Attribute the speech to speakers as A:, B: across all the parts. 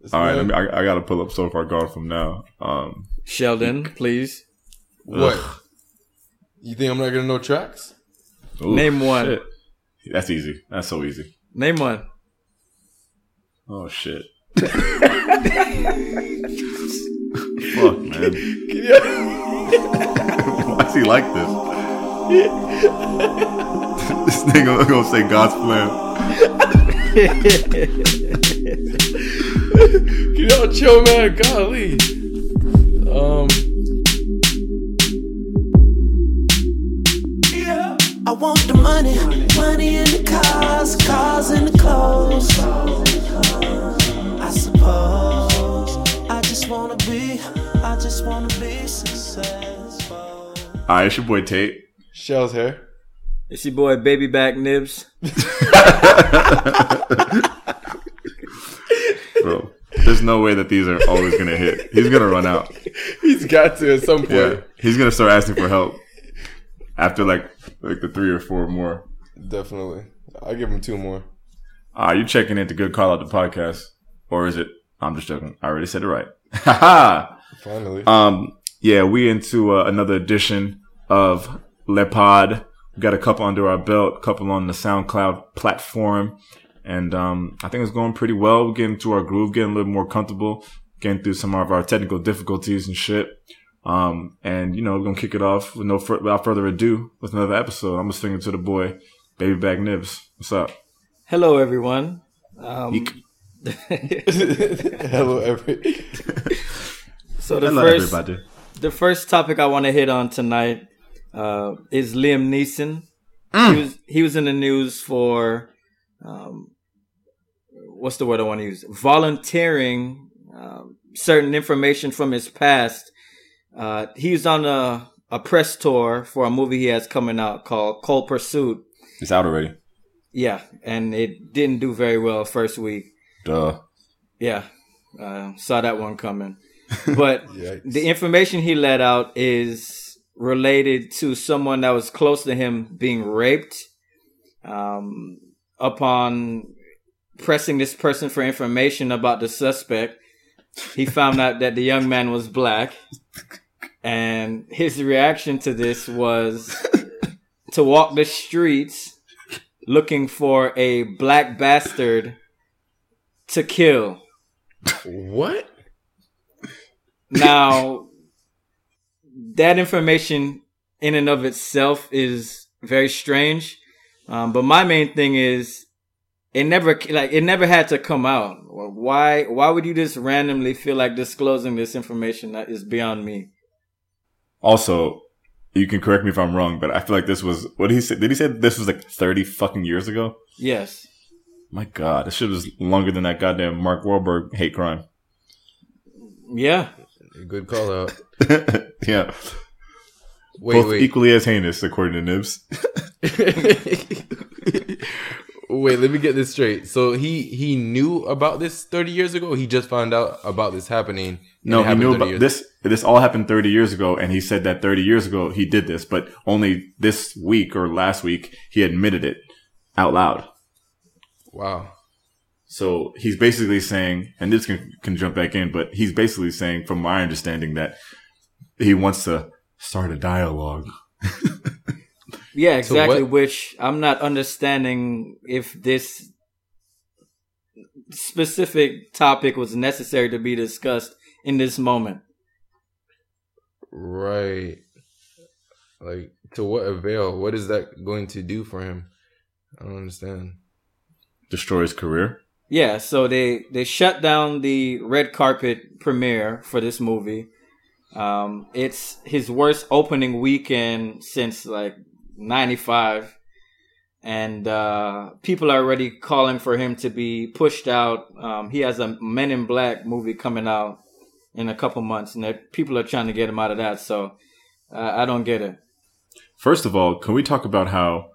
A: It's All right, let me, I, I got to pull up so far gone from now. Um,
B: Sheldon, please
C: What?
A: ugh.
C: You think I'm not gonna know tracks?
A: Ooh,
B: Name one.
A: shit. That's easy. That's so easy.
B: name one.
A: Oh shit. Fuck, man. Why's he like this? this nigga gonna say God's plan.
C: Get out, chill, man. Golly. Um.
D: I want the money, money in the cars, cars in the clothes. I suppose I just wanna be, I just wanna be successful.
A: Alright, it's your boy Tate.
C: Shell's hair.
B: It's your boy Baby Back Nibs.
A: Bro. There's no way that these are always gonna hit. He's gonna run out.
C: He's got to at some point.
A: Yeah. He's gonna start asking for help. After like like the three or four more.
C: Definitely. I give him two more.
A: Ah, you checking into Good Call Out the Podcast. Or is it I'm just joking. I already said it right. Ha ha!
C: Finally.
A: Um, yeah, we into uh, another edition of Le Pod. We got a couple under our belt, a couple on the SoundCloud platform, and um, I think it's going pretty well. We're getting to our groove, getting a little more comfortable, getting through some of our technical difficulties and shit. Um, and you know, we're gonna kick it off with no fur- without further ado with another episode. I'm just singing to the boy, Baby Back Nibs. What's up?
B: Hello, everyone. Um,
A: Eek.
C: Hello, every.
B: So the
A: Hello,
B: first
A: everybody.
B: the first topic I want to hit on tonight uh, is Liam Neeson.
A: Mm.
B: He was he was in the news for um, what's the word I want to use? Volunteering um, certain information from his past. Uh, he was on a a press tour for a movie he has coming out called Cold Pursuit.
A: It's out already.
B: Yeah, and it didn't do very well first week.
A: Duh.
B: Yeah, uh, saw that one coming. But
C: Yikes.
B: the information he let out is related to someone that was close to him being raped. Um, upon pressing this person for information about the suspect, he found out that the young man was black. And his reaction to this was to walk the streets looking for a black bastard to kill.
C: What?
B: Now, that information in and of itself is very strange. Um, but my main thing is it never like it never had to come out. Why why would you just randomly feel like disclosing this information that is beyond me?
A: Also, you can correct me if I'm wrong, but I feel like this was what he said. Did he say this was like 30 fucking years ago?
B: Yes.
A: My God, this shit was longer than that goddamn Mark Wahlberg hate crime.
B: Yeah.
C: Good call out.
A: yeah,
C: Wait,
A: both
C: wait.
A: equally as heinous, according to Nibs.
C: Wait, let me get this straight. So he he knew about this 30 years ago. He just found out about this happening. and
A: No,
C: it
A: he
C: happened
A: knew
C: 30
A: about
C: years-
A: this. This all happened 30 years ago, and he said that 30 years ago he did this, but only this week or last week he admitted it out loud.
C: Wow.
A: So he's basically saying, and this can, can jump back in, but he's basically saying, from my understanding, that he wants to start a dialogue.
B: Yeah, exactly.
C: what-
B: Which I'm not understanding if this specific topic was necessary to be discussed in this moment.
C: Right. Like to what avail? What is that going to do for him? I don't understand.
A: Destroy his career.
B: Yeah, so they they shut down the red carpet premiere for this movie. Um, it's his worst opening weekend since like '95, and uh, people are already calling for him to be pushed out. Um, he has a Men in Black movie coming out in a couple months, and that- people are trying to get him out of that. So uh, I don't get it.
A: First of all, can we talk about how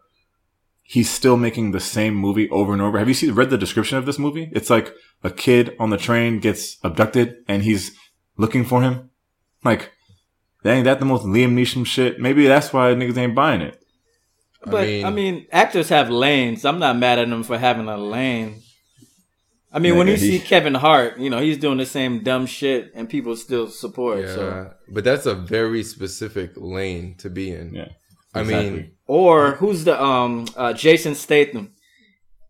A: he's still making the same movie over and over? Have you seen read the description of this movie? It's like a kid on the train gets abducted and he's looking for him. Like, ain't that the most Liam Neeson shit? Maybe that's why niggas ain't buying it.
B: But I mean, actors have lanes. I'm not mad at them for having a lane. I mean, when
C: Nigga,
B: you
C: he-
B: see Kevin Hart, you know he's doing the same dumb shit, and people still support. So,
C: Yeah, but that's a very specific lane to be in.
A: Yeah,
C: I mean,
A: exactly.
B: or who's the um uh, Jason Statham?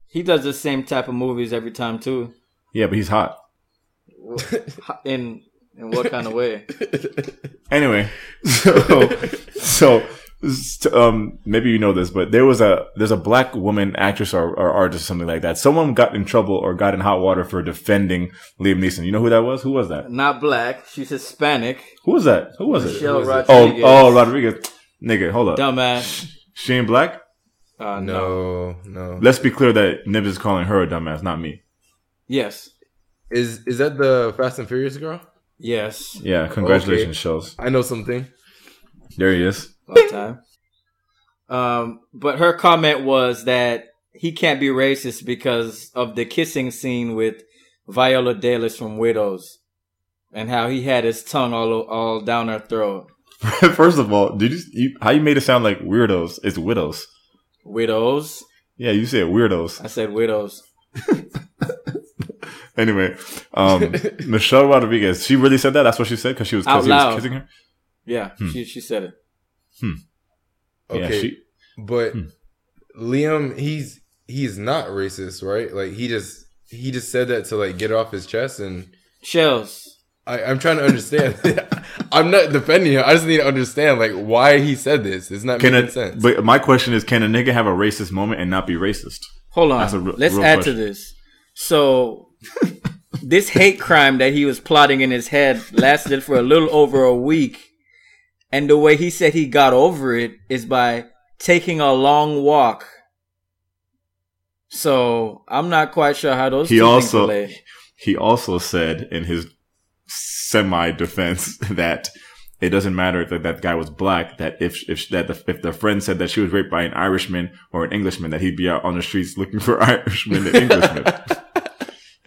B: He does the same type of movies every time too.
A: yeah, but he's hot.
B: In in what kind of way?
A: Anyway, so so s- um, maybe you know this, but there was a there's a black woman actress or, or artist or something like that. Someone got in trouble or got in hot water for defending Liam Neeson. You know who that was? Who was that?
B: Not black. She's Hispanic.
A: Who was that? Who was it?
B: Michelle
C: was it?
A: Oh,
B: Rodriguez.
A: oh, Rodriguez. Nigga, hold up.
B: dumbass.
A: She ain't black.
B: Uh, no.
C: no, no.
A: Let's be clear that Nibs is calling her a dumbass, not me.
B: Yes.
C: Is is that the Fast and Furious girl?
B: Yes.
A: Yeah, congratulations,
C: Okay.
A: Shells.
C: I know something.
A: There he is.
B: Long time. Um, but her comment was that he can't be racist because of the kissing scene with Viola Davis from Widows, and how he had his tongue all all down her throat.
A: First of all, did you, you how you made it sound like weirdos? It's widows.
B: Widows.
A: Yeah, you said weirdos.
B: I said widows.
A: Anyway, um, Michelle Rodriguez, she really said that. That's what she said because she was, 'cause
B: Out
A: he was
B: loud.
A: kissing her.
B: Yeah, she she said it.
C: Okay,
A: Yeah, she, Hmm.
C: but Liam, he's he's not racist, right? Like he just he just said that to like get it off his chest, and
B: Shells.
C: I, I'm trying to understand. I'm not defending him. I just need to understand like why he said this. It's not
A: can
C: making
A: a,
C: sense.
A: but my question is, can a nigga have a racist moment and not be racist?
B: Hold on.
A: That's a real-
B: Let's
A: real
B: add
A: question.
B: to this. So this hate crime that he was plotting in his head lasted for a little over a week. And the way he said he got over it is by taking a long walk. So I'm not quite sure how those
A: He
B: two things
A: also-
B: relate.
A: He also said in his semi defense that it doesn't matter that that guy was black. That if if that the, if the friend said that she was raped by an Irishman or an Englishman, that he'd be out on the streets looking for Irishmen and Englishmen.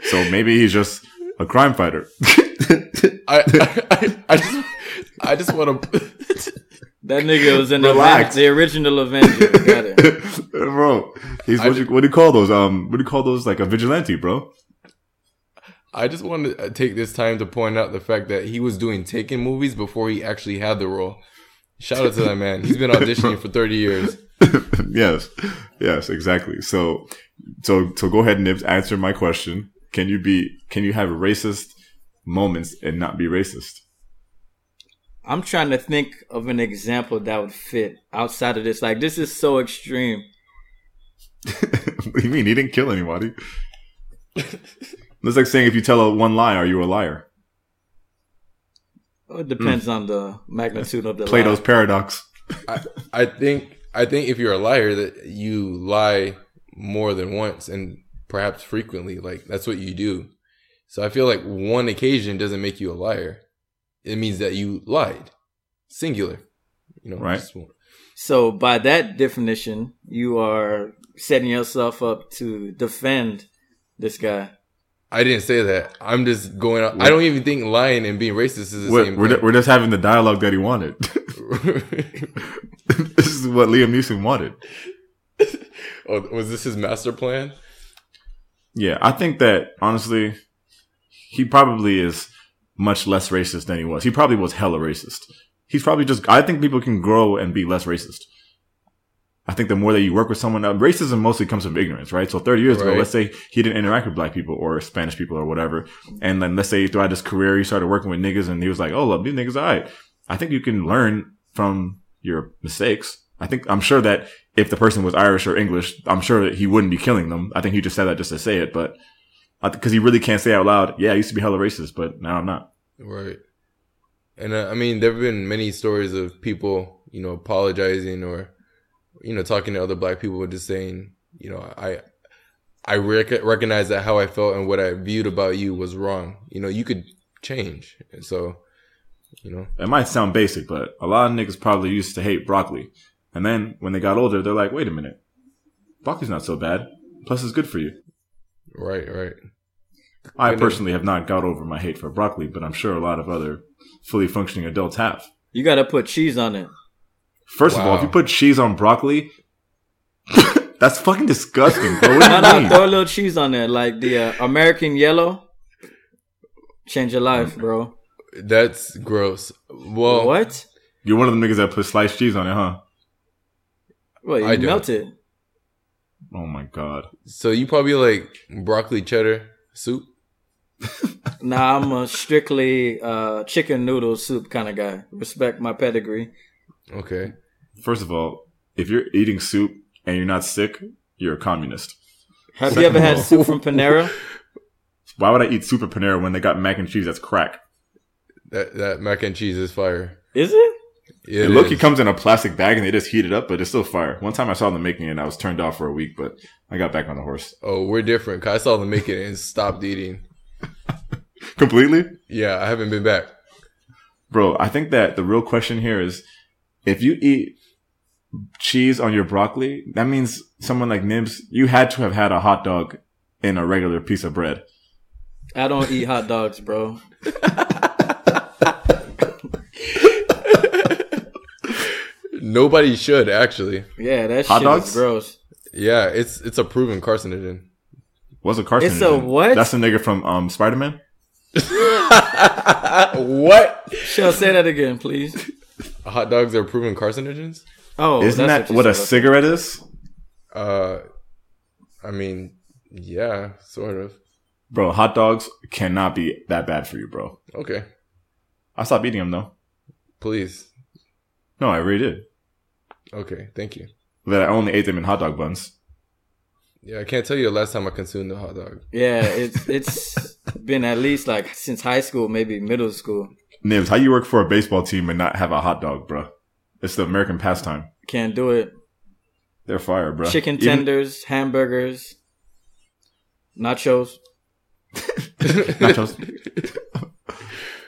A: so maybe he's just a crime fighter.
C: I, I, I just I just want to.
B: That nigga was in the,
A: Relax.
B: Aven- the original Avenger. Got it.
A: bro, he's what, you, what do you call those? Um, what do you call those? Like a vigilante, bro.
C: I just want to take this time to point out the fact that he was doing Taken movies before he actually had the role. Shout out to that man. He's been auditioning for 30 years.
A: yes, yes, exactly. So, so, so go ahead, Nibs. Answer my question. Can you be? Can you have racist moments and not be racist?
B: I'm trying to think of an example that would fit outside of this. Like this is so extreme.
A: what do you mean he didn't kill anybody? That's like saying if you tell a one lie, are you a liar?
B: It depends on the magnitude of the
A: Hmm. Plato's
B: lie.
A: paradox.
C: I, I think I think if you're a liar that you lie more than once and perhaps frequently. Like that's what you do. So I feel like one occasion doesn't make you a liar. It means that you lied. Singular. You know,
A: Right.
C: just one.
B: So by that definition, you are setting yourself up to defend this guy.
C: I didn't say that. I'm just going out. I don't even think lying and being racist is the
A: We're,
C: same
A: we're, ju-
C: thing.
A: we're just having the dialogue that he wanted. this is what Liam Neeson wanted.
C: oh, was this his master plan?
A: Yeah, I think that honestly, he probably is much less racist than he was. He probably was hella racist. He's probably just. I think people can grow and be less racist. I think the more that you work with someone, now, racism mostly comes from ignorance, right? So 30 years ago,
C: Right.
A: let's say he didn't interact with black people or Spanish people or whatever. And then let's say throughout his career, he started working with niggas and he was like, oh, look, these niggas are all right. I think you can learn from your mistakes. I think, I'm sure that if the person was Irish or English, I'm sure that he wouldn't be killing them. I think he just said that just to say it, but because he really can't say out loud, yeah, I used to be hella racist, but now I'm not.
C: Right. And uh, I mean, there have been many stories of people, you know, apologizing or, you know, talking to other black people, just saying, you know, I, I rec- recognize that how I felt and what I viewed about you was wrong. You know, you could change. And so, you know,
A: It might sound basic, but a lot of niggas probably used to hate broccoli. And then when they got older, they're like, wait a minute, broccoli's not so bad. Plus, it's good for you.
C: right, right.
A: I
C: Good.
A: personally have not got over my hate for broccoli, but I'm sure a lot of other fully functioning adults have.
B: You got to put cheese on it.
A: First of all,
C: Wow.
A: if you put cheese on broccoli, That's fucking disgusting, bro. What do
B: No,
A: you
B: no,
A: mean?
B: throw a little cheese on there, like the uh, American yellow. Change your life, bro.
C: That's gross.
A: Oh.
C: Well,
B: What?
A: You're one of the niggas that put sliced cheese on it, huh?
B: Well, you
C: I do.
B: melt it.
A: Oh my god.
C: So you probably like broccoli cheddar soup.
B: Nah, I'm a strictly uh, chicken noodle soup kind of guy. Respect my pedigree.
C: Okay.
A: First of all, if you're eating soup and you're not sick, you're a communist.
B: Have you ever had soup from Panera?
A: Why would I eat soup at Panera when they got mac and cheese that's crack?
C: That that mac and cheese is fire.
B: Is it?
A: It
C: is.
A: look, it comes in a plastic bag and they just heat it up, but it's still fire. One time I saw them making it and I was turned off for a week, but I got back on the horse.
C: Oh, we're different. 'cause I saw them make it and stopped eating.
A: Completely?
C: Yeah, I haven't been back.
A: Bro, I think that the real question here is if you eat cheese on your broccoli, that means someone like Nibs, you had to have had a hot dog in a regular piece of bread.
B: I don't eat hot dogs, bro.
C: Nobody should actually.
B: Yeah, that
A: Hot
B: shit
A: dogs?
B: is gross.
C: Yeah, it's it's a proven carcinogen.
A: What's a carcinogen?
B: It's a what?
A: That's the nigga from um, Spider Man.
C: what?
B: Shell, say that again, please.
C: Hot dogs are proven carcinogens?
B: Oh,
A: Isn't
B: that's
A: that what
B: you
A: a
B: said.
A: cigarette is?
C: Uh, I mean, yeah, sort of.
A: Bro, hot dogs cannot be that bad for you, bro.
C: Okay,
A: I stopped eating them though.
C: please.
A: No, I really did.
C: Okay, thank you.
A: But I only ate them in hot dog buns.
C: Yeah, I can't tell you the last time I consumed a hot dog.
B: Yeah, it's it's been at least like since high school, maybe middle school.
A: Nibs, how you work for a baseball team and not have a hot dog, bro? It's the American pastime.
B: Can't do it.
A: They're fire, bro.
B: Chicken
A: Even-
B: tenders, hamburgers, nachos.
A: Nachos.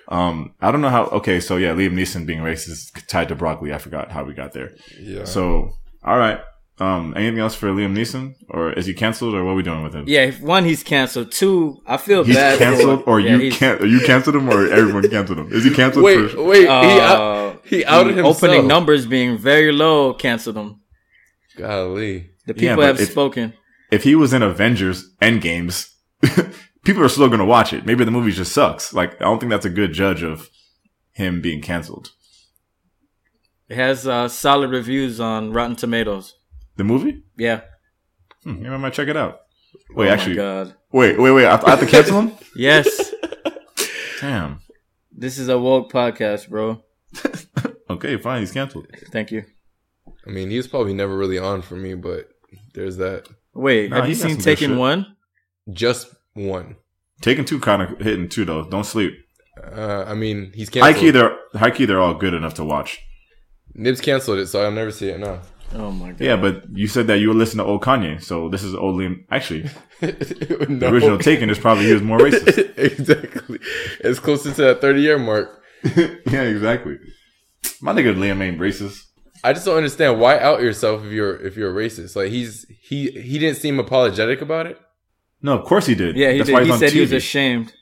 A: um, I don't know how. Okay, so yeah, Liam Neeson being racist is tied to broccoli. I forgot how we got there.
C: Yeah.
A: So, all right. Um, anything else for Liam Neeson, or is he canceled, or what are we doing with him?
B: Yeah, one he's canceled. Two, I feel
A: he's
B: bad. for-
A: canceled, or
B: yeah,
A: you
B: he's-
A: can't. You canceled him, or everyone canceled him. Is he canceled?
C: wait,
A: for,
C: wait. he, out,
B: Uh,
C: he outed
B: the
C: himself.
B: Opening numbers being very low canceled him.
C: Golly.
B: The
A: Yeah,
B: people
A: but
B: have
A: if-
B: spoken.
A: if he was in Avengers Endgames, people are still gonna watch it. Maybe the movie just sucks. Like I don't think that's a good judge of him being canceled.
B: It has uh, solid reviews on Rotten Tomatoes.
A: The movie?
B: Yeah.
A: Hmm, maybe I might check it out. Wait,
B: Oh
A: actually,
B: my God.
A: wait, wait, wait. I, I have to cancel him.
B: Yes.
A: Damn.
B: this is a woke podcast, bro.
A: Okay, fine. He's canceled.
B: Thank you.
C: I mean, he was probably never really on for me, but there's that.
B: Wait,
A: Nah,
B: have you
A: he got some
B: seen
A: good
B: Taken
A: shit.
B: One?
C: Just one.
A: Taking two kind of hitting two though. Don't sleep.
C: Uh, I mean, he's
A: High
C: canceled.
A: key, they're high key. They're all good enough to watch.
C: Nibs canceled it, so I'll never see it now.
B: Oh my god.
A: Yeah, but you said that you were listening to old Kanye, so this is old Liam. Actually, the
C: no.
A: original Taken is probably he was more racist.
C: exactly. It's closer to that 30 year mark.
A: yeah, exactly. My nigga Liam ain't racist.
C: I just don't understand why out yourself if you're if you're a racist. Like he's he he didn't seem apologetic about it.
A: No, of course he did.
B: Yeah, he,
A: That's
B: did.
A: why he's
B: he
A: on
B: said he was
A: TV.
B: ashamed.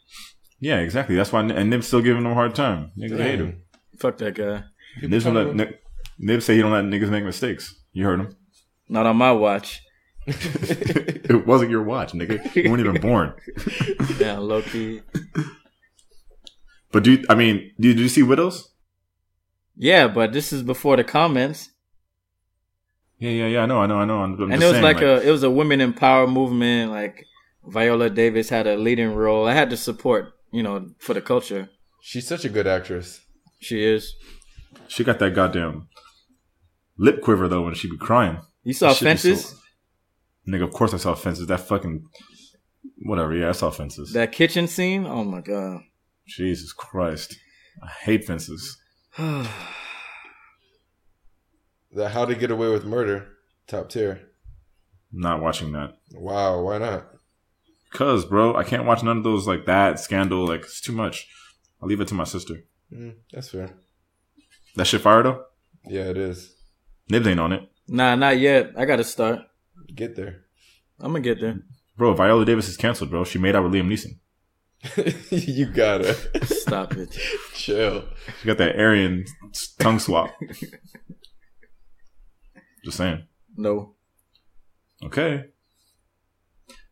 A: yeah, exactly. That's why and Nib's still giving him a hard time. Niggas hate
C: Mm.
A: him.
B: Fuck that guy.
A: Nib's don't let Nib, Nib say he don't let niggas make mistakes. You heard him.
B: Not on my watch.
A: It wasn't your watch, nigga. You weren't even born.
B: Yeah, low key.
A: But do you, I mean? Did you see Widows?
B: Yeah, but this is before the comments.
A: Yeah, yeah, yeah. I know, I know, I know. I'm, I'm
B: and
A: just
B: it was
A: saying,
B: like, a it was a women in power movement. Like Viola Davis had a leading role. I had to support, you know, for the culture.
C: She's such a good actress.
B: She is.
A: She got that goddamn lip quiver though when she be crying.
B: You saw
A: Should be
B: fences?
A: sold. Nigga, of course I saw fences. That fucking whatever. Yeah, I saw fences.
B: That kitchen scene? Oh my god.
A: Jesus Christ, I hate fences.
C: The How to Get Away with Murder, top tier.
A: Not watching that.
C: Wow, why not?
A: Cause, bro, I can't watch none of those like that scandal. Like it's too much. I'll leave it to my sister.
C: Mm, that's fair.
A: That shit fire though.
C: Yeah, it is.
A: Nibs ain't on it,
B: nah, not yet. I gotta start.
C: Get there.
B: I'm gonna get there.
A: bro. Viola Davis is canceled, bro. She made out with Liam Neeson.
C: you gotta
B: Stop it.
C: chill.
A: She got that Aryan s- tongue swap. Just saying.
B: No.
A: Okay.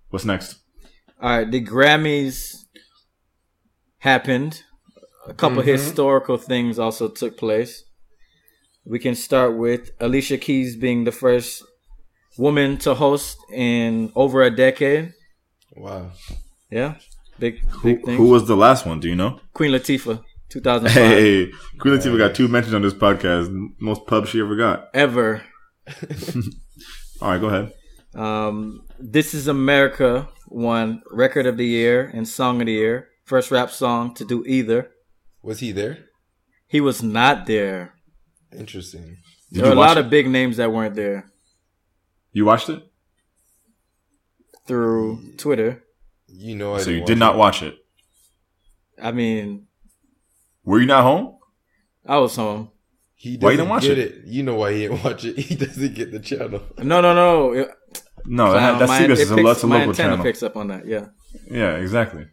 A: What's next?
B: All right, the Grammys happened. A couple
A: Mm-hmm.
C: Mhm.
B: historical things also took place. We can start with Alicia Keys being the first woman to host in over a decade.
C: Wow.
B: Yeah, big
A: Who,
B: big thing.
A: who was the last one? Do you know?
B: Queen Latifah, 2005.
A: Hey, Queen Latifah got two mentions on this podcast. Most pubs she ever got.
B: Ever.
A: All right, go ahead.
B: Um, this is America won Record of the Year and Song of the Year. First rap song to do either.
C: Was he there?
B: He was not there.
C: Interesting.
A: Did
B: there
A: you
B: were a
A: watch
B: lot
A: it?
B: of big names that weren't there
A: You watched it,
B: through Twitter.
C: You know, I
A: so
C: didn't
A: you did not
C: it.
A: watch it.
B: I mean,
A: Were you not home?
B: I was home.
C: He
A: Why you
C: doesn't
A: didn't watch
C: get
A: it?
C: it? You know why he didn't watch it? He doesn't get the channel.
B: No, no, no. It,
A: No,
B: uh,
A: Oh, that, that's
B: my-
A: CBS.
B: it
A: It's a,
B: picks-
A: that's a
B: my
A: local
B: antenna
A: channel.
B: picks up on that. Yeah.
A: Yeah, exactly.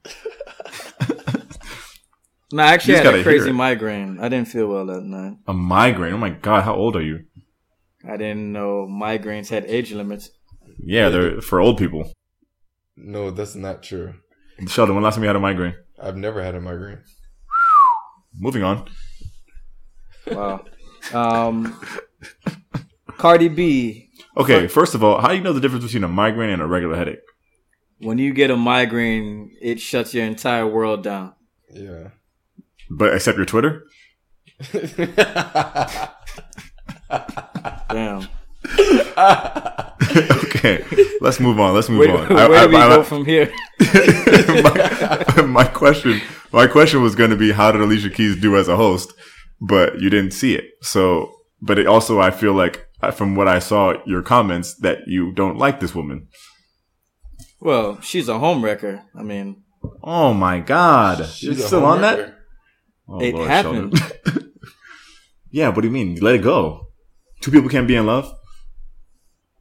B: No, I actually
A: You just
B: had
A: gotta
B: a
A: hear
B: crazy
A: it.
B: migraine. I didn't feel well that night.
A: A migraine. Oh my god, how old are you?
B: I didn't know migraines had age limits.
A: Yeah, they're for old people.
C: No, that's not true.
A: Sheldon, when last time you had a migraine?
C: I've never had a migraine.
A: Moving on.
B: Wow. um, Cardi B
A: Okay, first of all, how do you know the difference between a migraine and a regular headache?
B: when you get a migraine, it shuts your entire world down.
C: Yeah.
A: But except your Twitter.
B: Damn.
A: okay, let's move on. Let's move
B: Where,
A: on.
B: where do we go from here?
A: my, my question, my question was going to be, how did Alicia Keys do as a host? But you didn't see it. So, but it also, I feel like uh, from what I saw, your comments that you don't like this woman.
B: Well, she's a homewrecker. I mean,
A: Oh my God,
C: She's
A: you're
C: a
A: still on that?
C: homewrecker.
A: Oh,
B: It
A: Sheldon. yeah, what do you mean? Let it go. Two people can't be in love.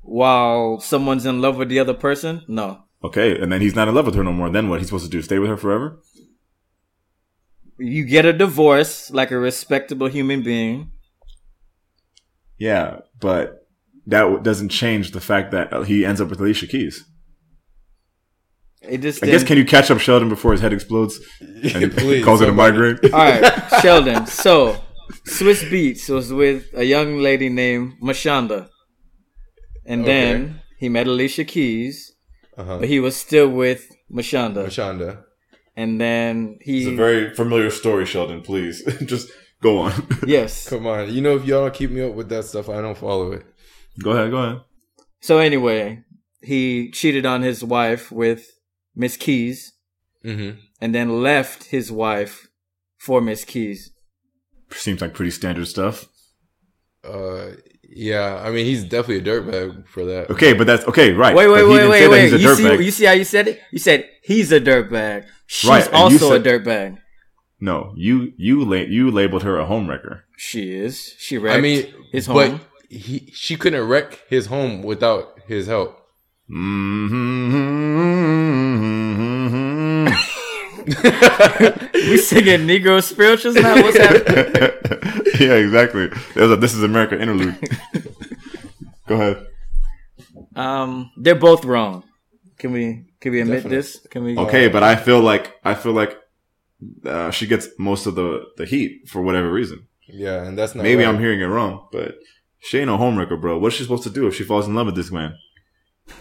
B: while someone's in love with the other person, no.
A: Okay, and then he's not in love with her no more. Then what? He's supposed to do? Stay with her forever?
B: You get a divorce like a respectable human being.
A: Yeah, but that w- doesn't change the fact that uh, he ends up with Alicia Keys.
B: It just
A: I guess
B: didn't-
A: can you catch up Sheldon before his head explodes and
C: Please,
A: calls it a
C: somebody.
A: migraine?
B: All right, Sheldon. So, Swiss Beats was with a young lady named Mashonda, and
C: Okay.
B: then he met Alicia Keys,
C: Uh-huh.
B: but he was still with Mashonda.
C: Mashonda.
B: And then
A: It's
B: he,
A: a very familiar story, Sheldon. Please just go on.
B: yes.
C: Come on. You know, if y'all don't keep me up with that stuff, I don't follow it.
A: go ahead, go ahead.
B: So anyway, he cheated on his wife with Miss Keys,
C: Mm-hmm.
B: and then left his wife for Miss Keys.
A: Seems like pretty standard stuff.
C: Uh, yeah. I mean, he's definitely a dirtbag for that.
A: Okay, but that's okay, right?
B: Wait, wait,
A: But he
B: wait,
A: didn't
B: wait,
A: say that
B: wait.
A: he's a
B: You see,
A: dirtbag.
B: you see how you said it? You said he's a dirtbag. She's
A: Right, and you
B: also
A: said-
B: a dirtbag.
A: No, you you la- you labeled her a homewrecker.
B: She is. She wrecked
C: I mean,
B: his home.
C: but he she couldn't wreck his home without his help.
A: Mm-hmm.
B: we singing Negro spirituals now. What's happening?
A: yeah, exactly. There's a This Is America interlude. go ahead.
B: Um, they're both wrong. Can we can we admit
C: Definite.
B: this? Can we?
A: Okay, but I feel like I feel like uh, she gets most of the the heat for whatever reason.
C: Yeah, and that's not
A: Maybe
C: right.
A: I'm hearing it wrong, but she ain't no homewrecker, bro. What's she supposed to do if she falls in love with this man?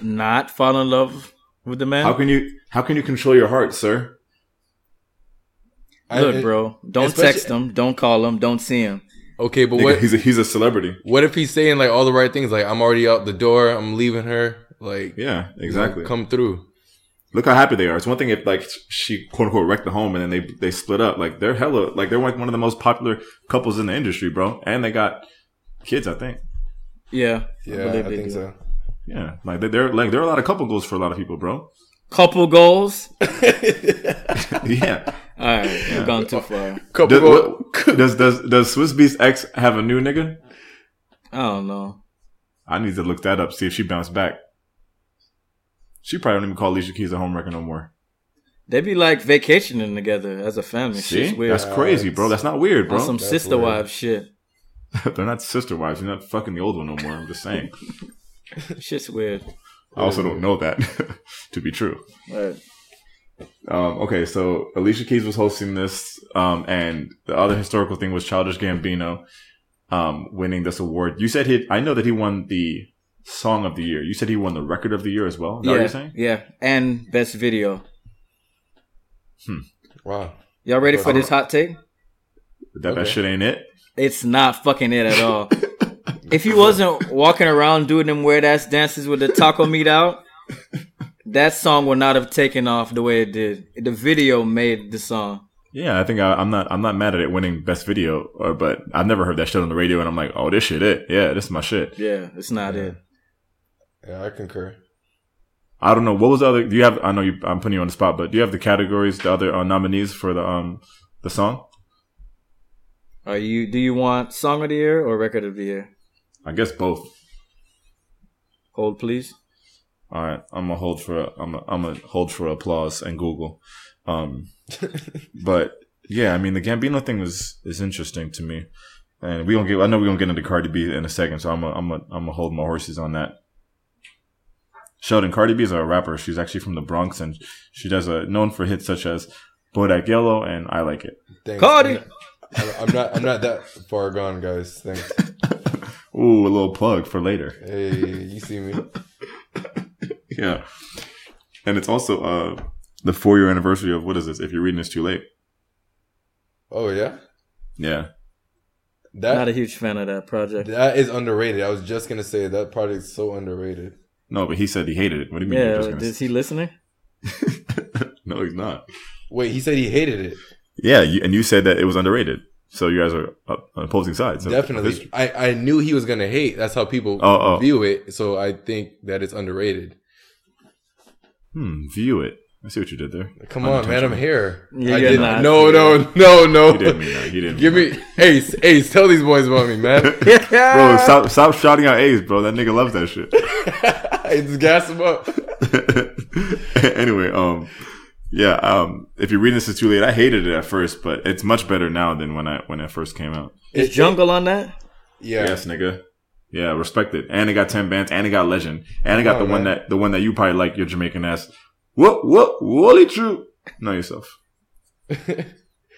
B: Not fall in love with the man.
A: How can you how can you control your heart, sir?
C: I-
B: Look, bro. Don't
C: especially-
B: text him. Don't call him. Don't see him.
C: Okay, but
A: Nigga,
C: what
A: he's a, he's a celebrity.
C: what if he's saying like all the right things? Like I'm already out the door. I'm leaving her. Like
A: Yeah, exactly.
C: Come through.
A: Look how happy they are. It's one thing if like she quote unquote wrecked the home and then they they split up. Like they're hella like they're like one of the most popular couples in the industry, bro. And they got kids, I think.
B: Yeah.
C: Yeah, I,
B: believe they
C: think
B: do.
C: so.
A: Yeah, like they- they're like there are a lot of couple goals for a lot of people, bro.
B: Couple goals.
A: yeah.
B: All right, you've gone too far.
A: Does,
C: Couple. go-
A: what- does does does Swiss Beats X have a new nigga?
B: I don't know.
A: I need to look that up. See if she bounced back. She probably don't even call Alicia Keys a homewrecker no more.
B: They be like vacationing together as a family.
A: See,
B: Shit's weird.
A: that's crazy, bro. That's not weird,
B: On
A: bro.
B: some
C: That's
B: sister
C: weird.
B: wives shit.
A: They're not sister wives. You're not fucking the old one no more. I'm just saying.
B: Shit's weird.
A: I also don't know that to be true.
B: Right.
A: Um, okay, so Alicia Keys was hosting this, um, and the other historical thing was Childish Gambino um, winning this award. You said he, I know that he won the song of the year. You said he won the record of the year as well. Is that what
B: Yeah,
A: you're saying?
B: yeah, and best video.
C: Wow.
B: Y'all ready for this hot take?
A: That, that
C: Okay.
A: shit ain't it.
B: It's not fucking it at all. if he wasn't walking around doing them weird ass dances with the taco meat out, that song would not have taken off the way it did. The video made the song.
A: Yeah, I think I, I'm not. I'm not mad at it winning best video, or but I've never heard that shit on the radio, and I'm like, oh, this shit it. Yeah, this is my shit.
B: Yeah, it's not it.
C: Yeah, I concur.
A: I don't know what was the other. Do you have? I know you. I'm putting you on the spot, but do you have the categories, the other uh, nominees for the um the song?
B: Are you? Do you want song of the year or record of the year?
A: I guess both.
B: Hold please.
A: All right, I'm gonna hold for I'm gonna, I'm gonna hold for applause and Google. Um, but yeah, I mean the Gambino thing is is interesting to me, and we gonna get. I know we're gonna get into Cardi B in a second, so I'm gonna I'm gonna I'm gonna hold my horses on that. Sheldon Cardi B is a rapper. She's actually from the Bronx, and she does a known for hits such as Bodak Yellow and I Like It.
C: Thanks.
B: Cardi!
C: I'm not, I'm not. I'm not that far gone, guys. Thanks.
A: Ooh, a little plug for later.
C: Hey, you see me?
A: Yeah. And it's also uh, the four year anniversary of what is this? If you're reading this too late.
C: Oh yeah.
A: Yeah.
B: Not a
C: That
B: huge fan of that project.
C: that is underrated. I was just gonna say that project's so underrated.
A: No, but he said he hated it. What do you mean? you're
B: Yeah,
A: just gonna
B: is he listening?
A: no, he's not.
C: Wait, he said he hated it.
A: Yeah, you, and you said that it was underrated. So you guys are uh, on opposing sides. of- of
C: Definitely.
A: history.
C: I, I knew he was gonna hate. That's how people
A: Oh, oh.
C: view it. So I think that it's underrated.
A: Hmm, view it. I see what you did there.
C: Come on, man. I'm here.
B: Yeah,
C: I
B: you're
C: did-
B: not.
C: No, no, no, no.
A: He didn't mean that. He didn't.
C: Give
A: mean
C: me Ace, Ace. Tell these boys about me, man.
A: that. Bro, stop, stop shouting out A's, bro. That nigga loves that shit.
C: it's gas him up.
A: anyway, um, yeah, um, if you're reading this, it's too late. I hated it at first, but it's much better now than when I when it first came out.
B: Is Jungle on that?
C: Yeah.
A: Yes, nigga. Yeah, respect it. And it got ten bands, and it got legend, and it got
C: Oh,
A: the one
C: man.
A: that the one that you probably like your Jamaican ass. What what Wally True? Know yourself.
B: Fucking
C: Yeah,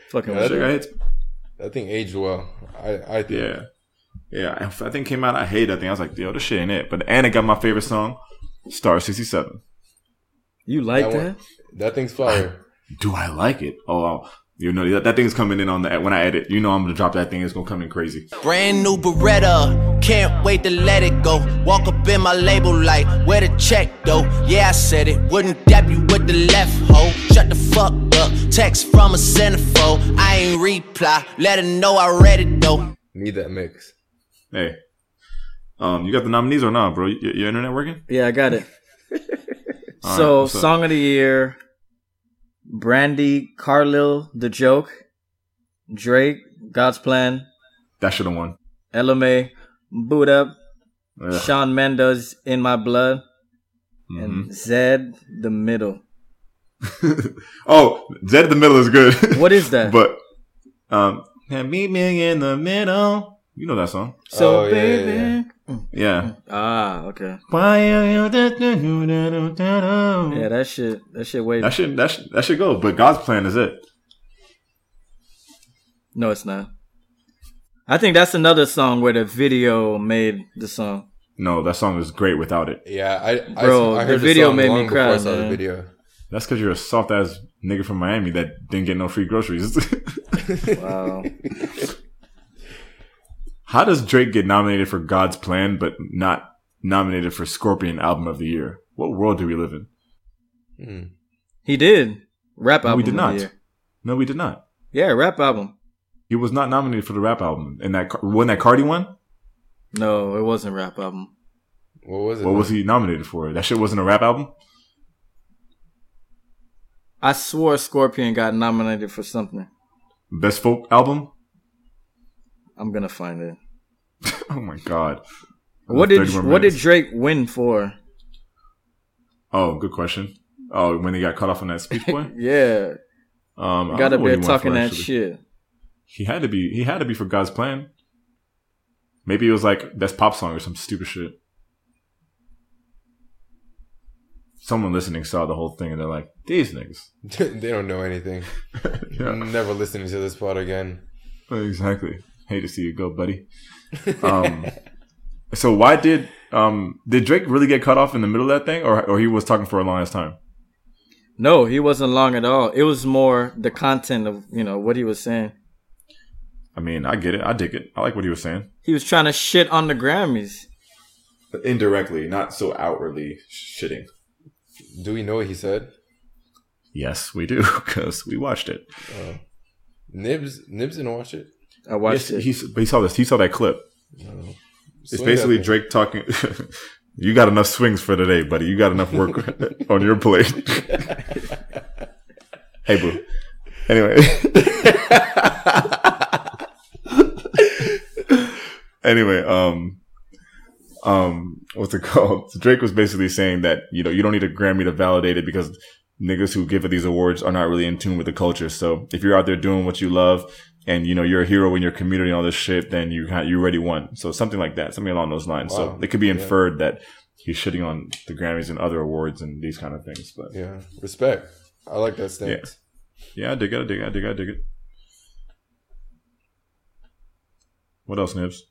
A: That shit
B: weird.
A: got hits.
C: That thing aged well. I, I think.
A: Yeah, yeah. I, I think it came out. I hate that thing. I was like, yo, this shit ain't it. But and it got my favorite song, Star sixty seven.
B: You like
C: That
B: that?
C: one- That thing's fire.
A: Do I like it? Oh, I'll- you know that, that thing's coming in on the when I edit. You know I'm gonna drop that thing. It's gonna come in crazy.
E: Brand new Beretta, can't wait to let it go. Walk up in my label like, where the check though? Yeah, I said it, wouldn't dab you with the left hoe. Shut the fuck up, text from a centerfold. I ain't reply, let her know I read it though.
C: Need that mix.
A: Hey, um, you got the nominees or not, bro? Your, your internet working?
B: Yeah, I got it.
A: All right,
B: so,
A: what's up?
B: song of the year: Brandy, Carlil, The Joke, Drake, God's Plan,
A: That should have won.
B: LMA, Boot Up,
A: Ugh.
B: Sean Mendes, In My Blood,
A: Mhm.
B: and Zed, The Middle.
A: oh, Dead in the Middle is good.
B: What is that?
A: but um and meet me in the middle. You know that song.
B: so,
C: Oh, yeah, yeah,
B: baby.
C: yeah.
A: Yeah.
B: Ah, okay.
A: Why are you da- da- da- da- da- da- da?
B: Yeah, that shit. That shit. Wait,
A: That should that should that should go. But God's plan is it.
B: no, it's not. I think that's another song where the video made the song.
A: No, that song is great without it.
C: Yeah, I I,
B: Bro,
C: I
B: the
C: heard the
B: video
C: song
B: made me
C: long
B: cry,
C: before I saw
B: man.
C: the video.
A: That's because you're a soft ass nigga from Miami that didn't get no free groceries.
B: Wow.
A: How does Drake get nominated for God's plan but not nominated for Scorpion album of the year? What world do we live in?
C: Hmm.
B: he did rap
A: No,
B: album.
A: we did
B: of the
A: not.
B: year.
A: No, we did not.
B: Yeah, rap album.
A: He was not nominated for the rap album. And that Car- when that Cardi won,
B: No, it wasn't rap album.
C: What was it?
A: What was he nominated for? That shit wasn't a rap album.
B: I swore Scorpion got nominated for something.
A: Best folk album.
B: I'm gonna find it.
A: Oh my god.
B: What did
A: 31
B: what did
A: Uh, minutes.
B: Drake win for?
A: Oh, good question. Oh, when they got cut off on that speech boy.
B: Yeah,
A: Um, I don't
B: got
A: know what
B: up
A: he
B: there
A: won
B: talking
A: for,
B: that
A: actually.
B: shit.
A: He had to be. He had to be for God's plan. Maybe it was like that's pop song or some stupid shit. someone listening saw the whole thing and they're like, these niggas.
C: they don't know anything.
A: Yeah,
C: Never listening to this pod again.
A: exactly. Hate to see you go, buddy. Um, so why did um, did Drake really get cut off in the middle of that thing, or or he was talking for a long ass time?
B: No, he wasn't long at all. It was more the content of you know what he was saying.
A: I mean, I get it. I dig it. I like what he was saying.
B: He was trying to shit on the Grammys.
A: Indirectly, not so outwardly shitting.
C: Do we know what he said?
A: Yes, we do because we watched it.
C: Nibs, Nibs didn't watch it.
B: I watched
A: yes,
B: it.
A: he, but he saw this. He saw that clip. It's
C: Swing
A: basically
C: that
A: Drake talking. you got enough swings for today, buddy. You got enough work on your plate. hey, boo. Anyway. anyway, um, um, what's it called? So Drake was basically saying that you know you don't need a Grammy to validate it because niggas who give it these awards are not really in tune with the culture. So if you're out there doing what you love and you know you're a hero in your community and all this shit, then you ha- you already won. So something like that, something along those lines.
C: Wow.
A: So it could be inferred that he's shitting on the Grammys and other awards and these kind of things. But yeah,
C: Yeah, respect. I like that stance.
A: I dig it, I dig it, I dig it, I dig it. What else, Nibs?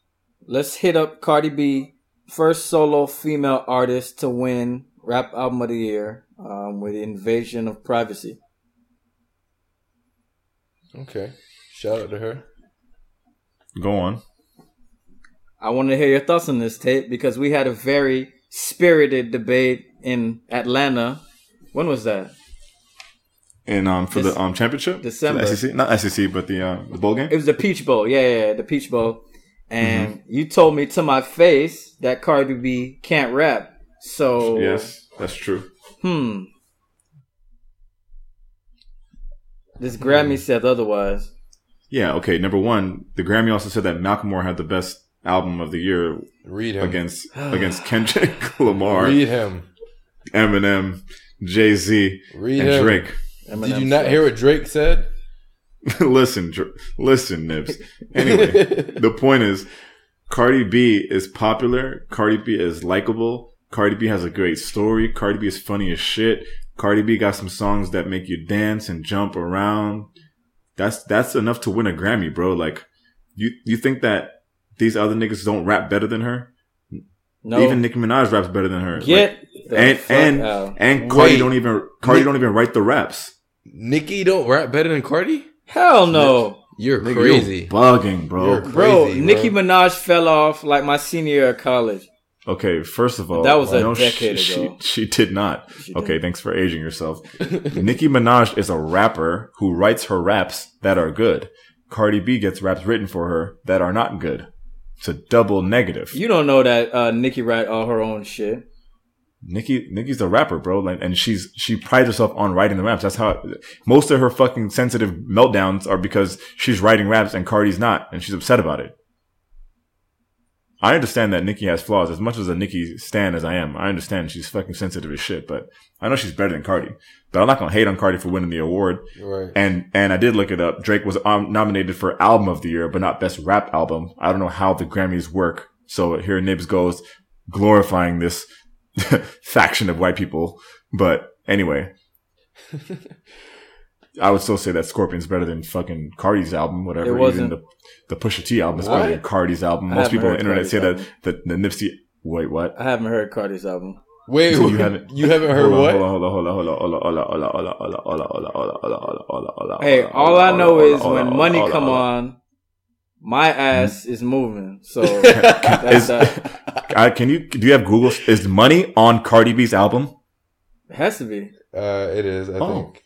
B: Let's hit up Cardi B, first solo female artist to win Rap Album of the Year um, with Invasion of Privacy.
C: Okay, shout out to her.
A: Go on.
B: I want to hear your thoughts on this tape because we had a very spirited debate in Atlanta. When was that?
A: And um for
B: This-
A: the um championship,
B: December.
A: For the SEC, not SEC, but the uh, the bowl game.
B: It was the Peach Bowl. Yeah, yeah, yeah, the Peach Bowl. And you told me to my face that Cardi B can't rap. So
A: yes, that's true.
B: hmm. This Grammy says otherwise.
A: Yeah. Okay. Number one, the Grammy also said that Macklemore had the best album of the year
C: Read him.
A: against against Kendrick Lamar,
C: Read him.
A: Eminem, Jay Z,
C: Read
A: and
C: him.
A: Drake.
B: Eminem
C: Did you not
B: said.
C: hear what Drake said?
A: listen, Dr- listen, Nibs. Anyway, the point is, Cardi B is popular. Cardi B is likable. Cardi B has a great story. Cardi B is funny as shit. Cardi B got some songs that make you dance and jump around. That's that's enough to win a Grammy, bro. Like, you you think that these other niggas don't rap better than her?
B: No.
A: Even Nicki Minaj raps better than her. Like,
B: Get the
A: and
B: fuck
A: and
B: out.
A: and Cardi
C: Wait.
A: don't even Cardi
C: Nick-
A: don't even write the raps.
C: Nicki don't rap better than Cardi.
B: hell no,
C: You're
A: Nigga, you
C: crazy.
A: bugging, bro.
C: You're
B: bro.
C: Crazy,
B: Nicki
C: bro.
B: Minaj fell off like my senior year of college.
A: Okay, first of all,
B: That was a
A: no,
B: decade
A: she,
B: ago.
A: She, she did not. okay, thanks for aging yourself. Nicki Minaj is a rapper who writes her raps that are good. Cardi B gets raps written for her that are not good. It's a double negative.
B: You don't know that uh, Nicki write all her own shit.
A: Nicki, Nicki's a rapper, bro, like, and she's she prides herself on writing the raps. That's how most of her fucking sensitive meltdowns are because she's writing raps and Cardi's not, and she's upset about it. I understand that Nicki has flaws as much as a Nicki stan as I am. I understand she's fucking sensitive as shit, but I know she's better than Cardi. But I'm not gonna hate on Cardi for winning the award.
C: Right.
A: And and I did look it up. Drake was um, nominated for album of the year, but not best rap album. I don't know how the Grammys work. So here Nibs goes glorifying this faction of white people. But anyway, I would still say that Scorpion's better than fucking Cardi's album, whatever.
B: It wasn't.
A: Even the, the Pusha T album is better than
C: What?
A: Cardi's album.
B: I
A: Most
B: haven't
A: people on the
B: heard
A: internet say
B: Cardi's
A: that the, the Nipsey. Wait, what?
B: I haven't heard Cardi's album.
C: Wait,
A: You
C: you
A: haven't-
C: haven't, heard
A: Hold on,
C: what?
A: Hold on, hold on, hold on, hold on, hold on, hold on, hold on, hold on, hold on, hold on, hold on, hold on, hold on, hold on,
B: Hey,
A: hold on,
B: all
A: hold
B: I
A: on,
B: know
A: hold on,
B: is
A: hold on, Hmm. hold
B: when money
A: hold
B: come
A: hold
B: on, my ass is moving. So that's
A: Is-
B: that.
A: I, Uh, can you do you have Google? Is money on Cardi B's album?
B: It has to be.
C: Uh, it is, I
A: Oh.
C: think.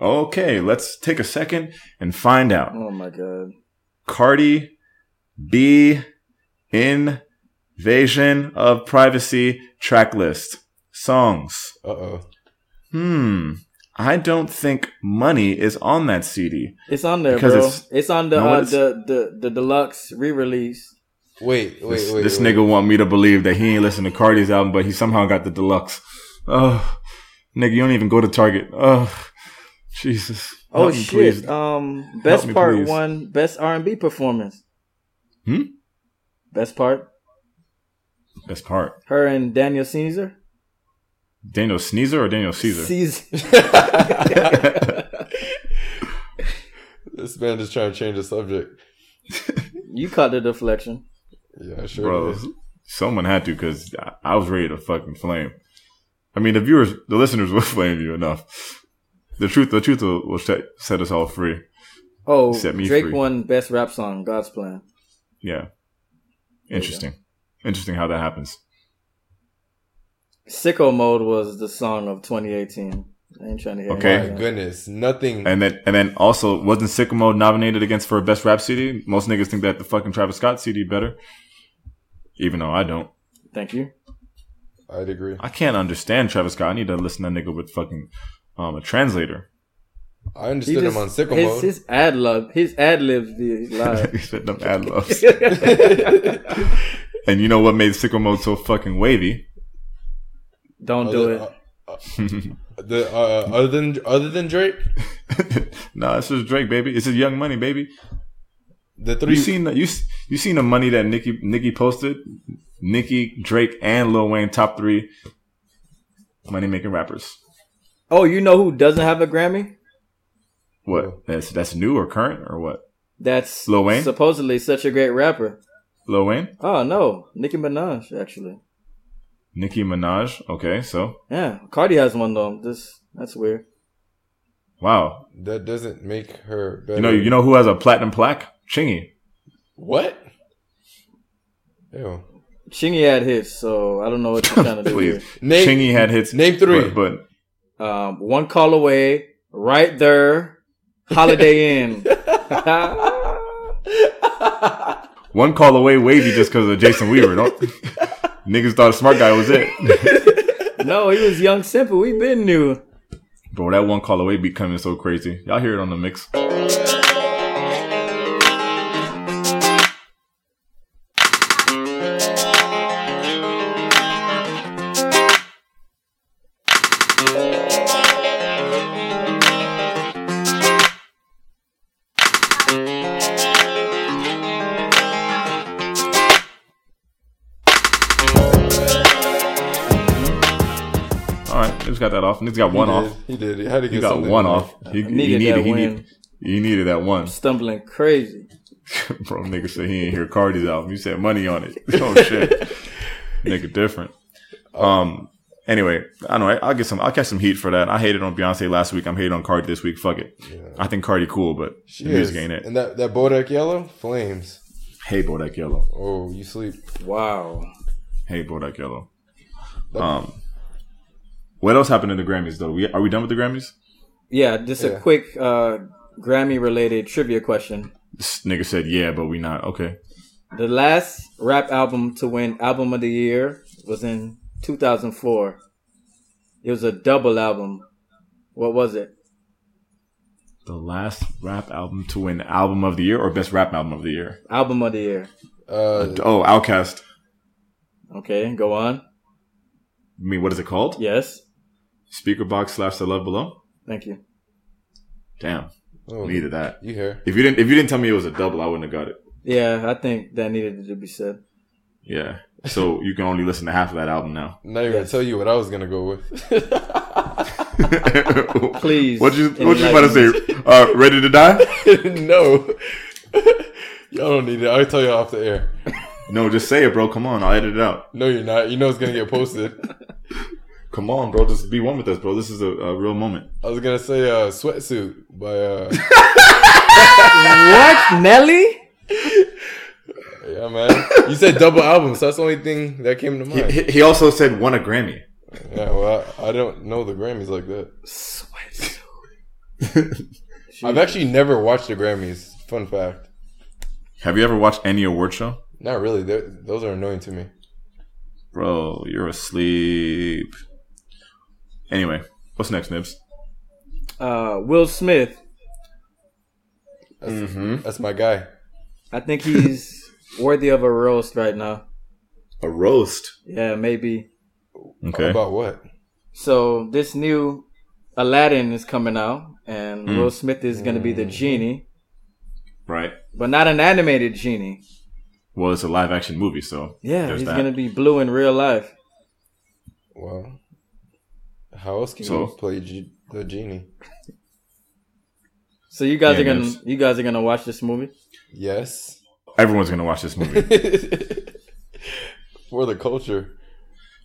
A: Okay, let's take a second and find out.
B: Oh my god.
A: Cardi B Invasion of Privacy track list. Songs.
C: Uh oh.
A: Hmm. I don't think money is on that CD.
B: It's on there,
A: Because
B: bro.
A: it's-
B: It's, on the,
A: No,
B: uh,
A: it's-
B: the the the deluxe re-release.
C: Wait, wait,
A: this
C: wait.
A: this
C: wait.
A: nigga want me to believe that he ain't listened to Cardi's album, but he somehow got the deluxe. Oh, nigga, you don't even go to Target. Oh, Jesus.
B: Oh
A: Help me,
B: shit!
A: please.
B: Um, best
A: Help me,
B: part
A: please.
B: one, best R and B performance.
A: Hmm?
B: Best part,
A: Best part.
B: her and Daniel Caesar.
A: Daniel Sneezer or Daniel Caesar?
B: Caesar.
C: This man is trying to change the subject.
B: You caught the deflection.
C: Yeah, I sure.
A: Bro,
C: did.
A: someone had to because I, I was ready to fucking flame. I mean, the viewers, the listeners will flame you enough. The truth, the truth will, will set, set us all free.
B: Oh,
A: Set me
B: Drake
A: free.
B: won best rap song, God's Plan.
A: Yeah. Interesting. Interesting how that happens.
B: Sicko Mode was the song of 2018. I ain't trying to hear
A: Okay.
B: none of
C: My
B: that.
C: goodness, nothing.
A: And then, and then also, wasn't Sycamore nominated against for best rap CD? Most niggas think that the fucking Travis Scott CD better. Even though I don't,
B: Thank you.
C: I'd agree.
A: I can't understand Travis Scott. I need to listen to that nigga with fucking um, a translator.
C: I
B: He
C: understood
B: just-
C: him on sickle
B: his,
C: mode.
B: His ad lib, his ad libs, be live.
A: He said them ad libs. and you know what made Sycamore so fucking wavy?
B: Don't do
C: Other-
B: it.
C: uh, the uh, other than other than Drake,
A: nah, it's just Drake, baby. It's just Young Money, baby.
C: the three
A: You seen the, you s- you seen the money that Nicki Nicki posted? Nicki, Drake, and Lil Wayne top three money making rappers.
B: Oh, you know who doesn't have a Grammy?
A: What? That's that's new or current or what?
B: That's
A: Lil Wayne?
B: supposedly such a great rapper.
A: Lil Wayne,
B: Oh no, Nicki Minaj actually.
A: Nicki Minaj. Okay, so
B: Yeah, Cardi has one though. This that's weird.
A: wow.
C: that doesn't make her better.
A: You know you know who has a platinum plaque? Chingy.
C: what? Ew.
B: Chingy had hits, so I don't know what you're trying to do.
A: Please,
B: here.
C: Name-
A: Chingy had hits.
C: name three.
A: but, but
B: Um, one call away, right there, Holiday Inn.
A: one call away, wavy, just because of Jason Weaver. Don't niggas thought smart guy was it,
B: no, he was young simple. We been new.
A: bro. That one call away becoming so crazy. Y'all hear it on the mix. All right, niggas got that off. Niggas got one
C: he
A: off.
C: Did. He did. He had to
A: You
C: get
A: got
C: something
A: one
C: in
A: off.
C: there.
A: He, he
B: Needed
A: needed,
B: that
A: he,
B: win.
A: need, he needed that one.
B: Stumbling crazy.
A: Bro, nigga said he ain't hear Cardi's album. He said money on it. Oh shit, nigga different. Um. Anyway, I know I, I'll get some. I'll catch some heat for that. I hated on Beyonce last week. I'm hating on Cardi this week. Fuck it. I think Cardi cool, but
C: She
A: the music
C: is.
A: ain't it.
C: And that that Bodak Yellow flames.
A: Hey, Bodak Yellow.
C: Oh, you sleep.
B: Wow.
A: Hey, Bodak Yellow. Um. What else happened in the Grammys though? We are we done with the Grammys?
B: Yeah, just a
C: Yeah.
B: quick uh, Grammy related trivia question.
A: This nigga said yeah, but we not okay.
B: The last rap album to win Album of the Year was in 2004. It was a double album. What was it?
A: The last rap album to win album of the year or best rap album of the year?
B: Album of the Year.
C: Uh,
A: Oh, Outcast.
B: Okay, go on.
A: I mean, what is it called?
B: Yes.
A: Speaker box slash the love below.
B: Thank you.
A: Damn,
C: oh,
A: needed that.
C: You hear?
A: If you didn't, if you didn't tell me it was a double, I wouldn't have got it.
B: Yeah, I think that needed to be said.
A: Yeah. So you can only listen to half of that album now.
C: I'm not even gonna tell you what I was gonna go with.
B: Please,
A: What you What you about to say? Uh, ready to die?
C: no, y'all don't need it. I'll tell you off the air.
A: No, just say it, bro. Come on, I'll edit it out.
C: No, you're not. You know it's gonna get posted.
A: Come on, bro. Just be one with us, bro. This is a, a real moment.
C: I was gonna say uh, sweatsuit by uh,
B: What, Nelly?
C: yeah man. You said double album, so that's the only thing that came to mind.
A: He, he also said won a Grammy.
C: Yeah, well, I, I don't know the Grammys like that.
B: Sweat.
C: I've actually never watched the Grammys. Fun fact.
A: Have you ever watched any award show?
C: Not really. They're- Those are annoying to me.
A: Bro, you're asleep. Anyway, what's next, Nibs?
B: Uh, Will Smith.
C: That's,
A: Mm-hmm.
C: that's my guy.
B: I think he's worthy of a roast right now.
A: A roast.
B: Yeah, maybe.
A: Okay.
C: About what?
B: So this new Aladdin is coming out, and
A: Hmm.
B: Will Smith is going to be the genie,
A: Right.
B: but not an animated genie.
A: Well, it's a live action movie, so
B: Yeah,
A: there's
B: he's
A: that.
B: going to be blue in real life.
C: Wow. How else can
A: So-
C: you play G- the genie?
B: So you guys
A: Yeah,
B: are gonna
A: yes.
B: you guys are gonna watch this movie.
C: Yes.
A: Everyone's gonna watch this movie.
C: For the culture.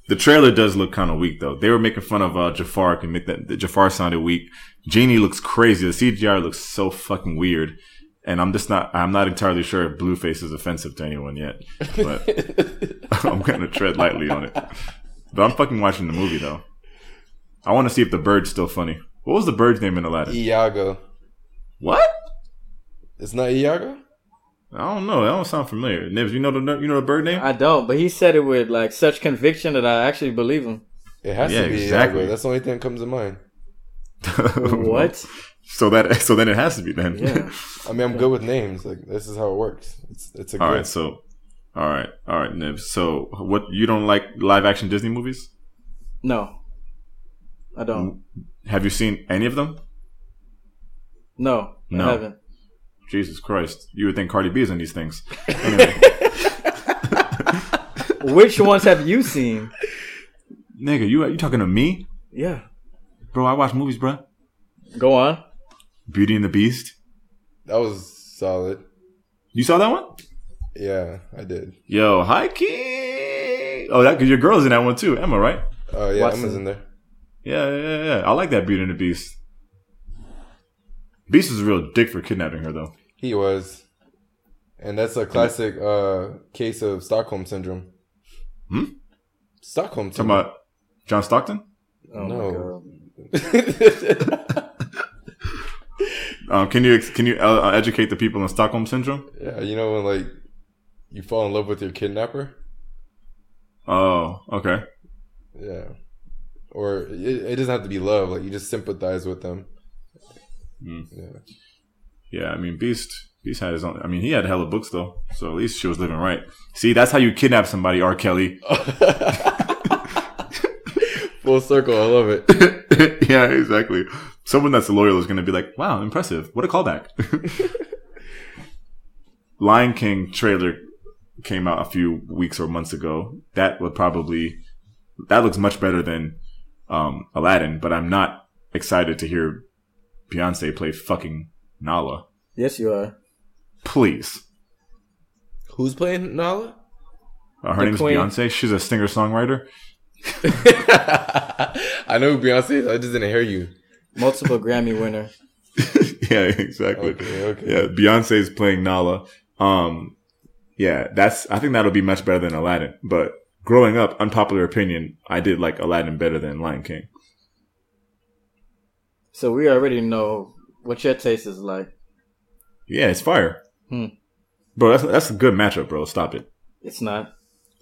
A: The trailer does look kind of weak though. They were making fun of uh, Jafar. Can make that the Jafar sounded weak. Genie looks crazy. The CGI looks so fucking weird. And I'm just not. I'm not entirely sure if Blueface is offensive to anyone yet. But I'm gonna tread lightly on it. But I'm fucking watching the movie though. I want to see if the bird's still funny. What was the bird's name in Aladdin?
C: Iago.
A: What?
C: It's not Iago?
A: I don't know. That don't sound familiar. Nibs, you know the you know the bird name?
B: I don't, but he said it with like such conviction that I actually believe him.
C: It has
A: Yeah,
C: to be
A: exactly.
C: Iago. That's the only thing that comes to mind.
B: What?
A: So that so then it has to be then.
B: Yeah.
C: I mean, I'm good with names. Like this is how it works. It's it's a good.
A: All right, so all right, all right, Nibs. So what you don't like live action Disney movies?
B: No, I
A: Mm.
B: don't.
A: Have you seen any of them?
B: No,
A: No.
B: I haven't.
A: Jesus Christ. You would think Cardi B is in these things.
B: Which ones have you seen?
A: Nigga, you you talking to me?
B: Yeah,
A: Bro, I watch movies, bro.
B: go on.
A: Beauty and the Beast.
C: That was solid.
A: You saw that one?
C: Yeah, I did.
A: Yo, hi key. Oh, that cause your girl's in that one too, Emma, right?
C: Oh yeah,
B: Watson.
C: Emma's in there.
A: Yeah, yeah, yeah, yeah. I like that Beauty and the Beast. Beast is a real dick for kidnapping her though.
C: He was, and that's a classic uh case of Stockholm syndrome.
A: Hmm?
C: Stockholm
A: Talking
C: syndrome.
A: about John Stockton?
B: Oh
C: No.
B: my god.
A: Um, can you ex- can you uh, educate the people on Stockholm syndrome?
C: yeah, you know when like you fall in love with your kidnapper.
A: Oh, okay.
C: Yeah, or it, it doesn't have to be love. Like you just sympathize with them.
A: Hmm.
C: Yeah.
A: Yeah, I mean Beast. Beast had his own. I mean, he had hella books though, so at least she was living right. See, that's how you kidnap somebody, R. Kelly.
C: Full circle. I love it.
A: yeah, exactly. Someone that's loyal is going to be like, "Wow, impressive! What a callback!" Lion King trailer came out a few weeks or months ago. That would probably that looks much better than um, Aladdin, but I'm not excited to hear Beyonce play fucking Nala.
B: Yes, you are.
A: Please.
C: Who's playing Nala?
A: Uh, her
B: The
A: name is
B: queen.
A: Beyonce. She's a singer songwriter.
C: I know who Beyonce is. I just didn't hear you.
B: Multiple Grammy winner.
A: yeah, exactly.
B: Oh,
C: Okay, okay.
A: Yeah, Beyonce is playing Nala. Um, yeah, that's. I think that'll be much better than Aladdin. But growing up, unpopular opinion, I did like Aladdin better than Lion King.
B: So we already know what your taste is like.
A: Yeah, it's fire,
B: Hmm.
A: bro. That's that's a good matchup, bro. Stop it.
B: It's not.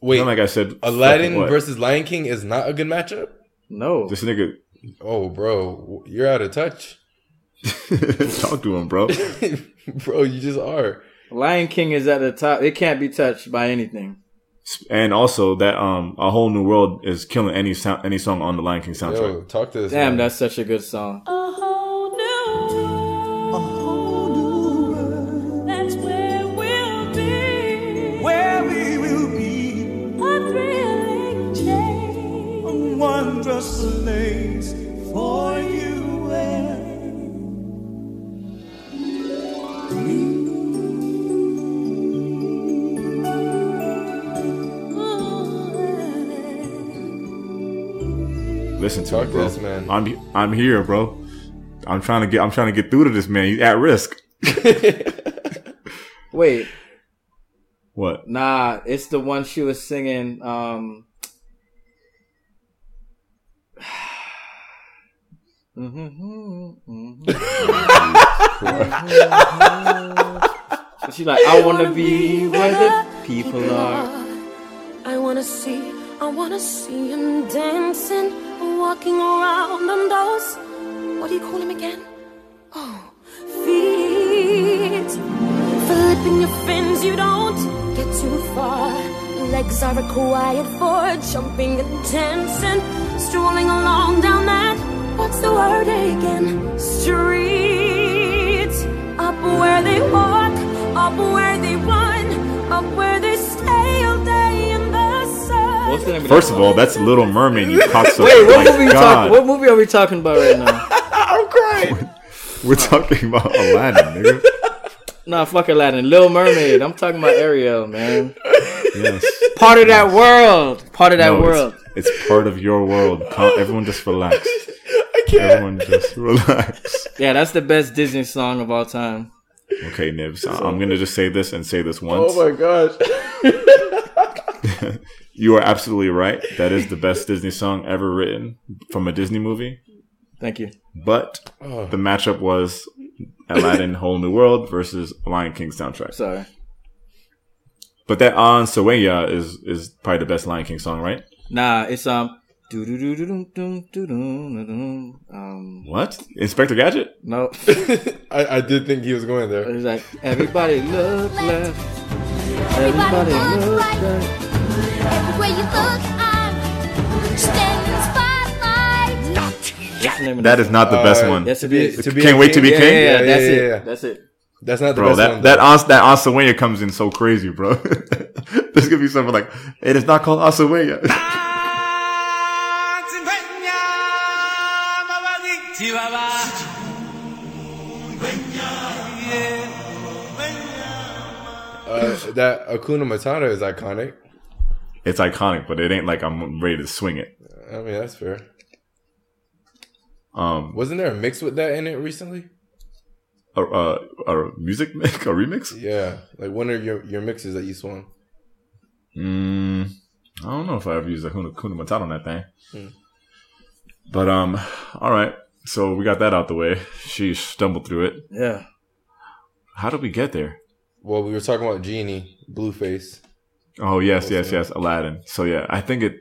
C: Wait,
A: And like I said,
C: Aladdin
A: fucking what?
C: versus Lion King is not a good matchup.
B: No.
A: this nigga.
C: Oh, bro, you're out of touch,
A: Talk to him, bro.
C: bro. You just are.
B: Lion King is at the top. It can't be touched by anything.
A: And also that um, a whole new world is killing any sound, any song on the Lion King soundtrack.
C: Yo, talk to this.
B: Damn,
C: man.
B: that's such a good song.
F: A whole new
D: A whole new world
F: that's where we'll be.
D: where we will be
F: A thrilling change.
D: wondrous things for you and
A: Listen to
C: Talk
A: me, bro.
C: this, man.
A: I'm I'm here, bro. I'm trying to get I'm trying to get through to this man. He's at risk.
B: Wait,
A: What?
B: nah, it's the one she was singing. Um, Mm-hmm, mm-hmm. she like, I wanna be where the people are.
F: I wanna see, I wanna see him dancing, walking around on those. What do you call him again? Oh, feet. Flipping your fins, you don't get too far. Legs are required for jumping and dancing, strolling along down that. What's the word again? Street. Up where they walk, up where they run, up where they stay all day in the sun.
B: What's the name of
A: First
B: that
A: of all, that's Little Mermaid, you cocksucker.
B: Wait, what
A: My
B: movie you
A: God.
B: talking? What movie are we talking about right now?
C: I'm crying.
A: We're talking about Aladdin, nigga.
B: nah, fuck Aladdin, Little Mermaid. I'm talking about Ariel, man.
A: Yes.
B: Part of that world. Part of that
A: No, it's-
B: world.
A: It's, part of your world. Come- everyone just relax.
C: I can't.
A: Everyone just relax.
B: Yeah, that's the best Disney song of all time.
A: Okay, Nibs. I- I'm gonna just say this and say this once.
C: Oh my gosh.
A: you are absolutely right. That is the best Disney song ever written from a Disney movie.
B: Thank you.
A: But the matchup was Aladdin Whole New World versus Lion King soundtrack.
B: Sorry.
A: But that On Sawaya is is probably the best Lion King song, right?
B: Nah, it's um. doo-doo-doo-doo-doo-doo-doo-doo-doo-doo. Um.
A: What? Inspector Gadget?
B: No.
C: I, I did think he was going there.
B: It's like everybody look left.
G: Everybody
B: Everybody
G: looks
B: look
G: right
B: left.
G: everywhere you look. I'm standing in spotlight.
B: What's the name of
A: That
B: this
A: is not the
C: Uh,
A: best one.
B: Yes, it
C: To be-
B: is.
C: to be
A: Can't
C: a
A: wait to be
B: Yeah,
A: king?
B: yeah, yeah,
C: Yeah,
B: that's
C: yeah,
B: it.
C: yeah.
B: That's it.
C: That's not the
A: Bro,
C: best
A: that
C: one.
A: that Os- that Asawaya comes in so crazy, bro. There's gonna be something like, "It is not called Asawaya."
C: uh, that Akuna Matata is iconic.
A: it's iconic, but it ain't like I'm ready to swing it.
C: I mean, that's fair.
A: Um,
C: Wasn't there a mix with that in it recently?
A: a, a, a music mix, a remix?
C: Yeah, like one of your, your mixes that you swung.
A: Mm, I don't know if I ever used a Kuna, Kuna Matata on that thing.
C: Hmm.
A: But um, all right. So we got that out the way. She stumbled through it.
B: Yeah.
A: How did we get there?
C: Well, we were talking about Genie, Blueface.
A: Oh yes, yes, yes, Aladdin. So yeah, I think it.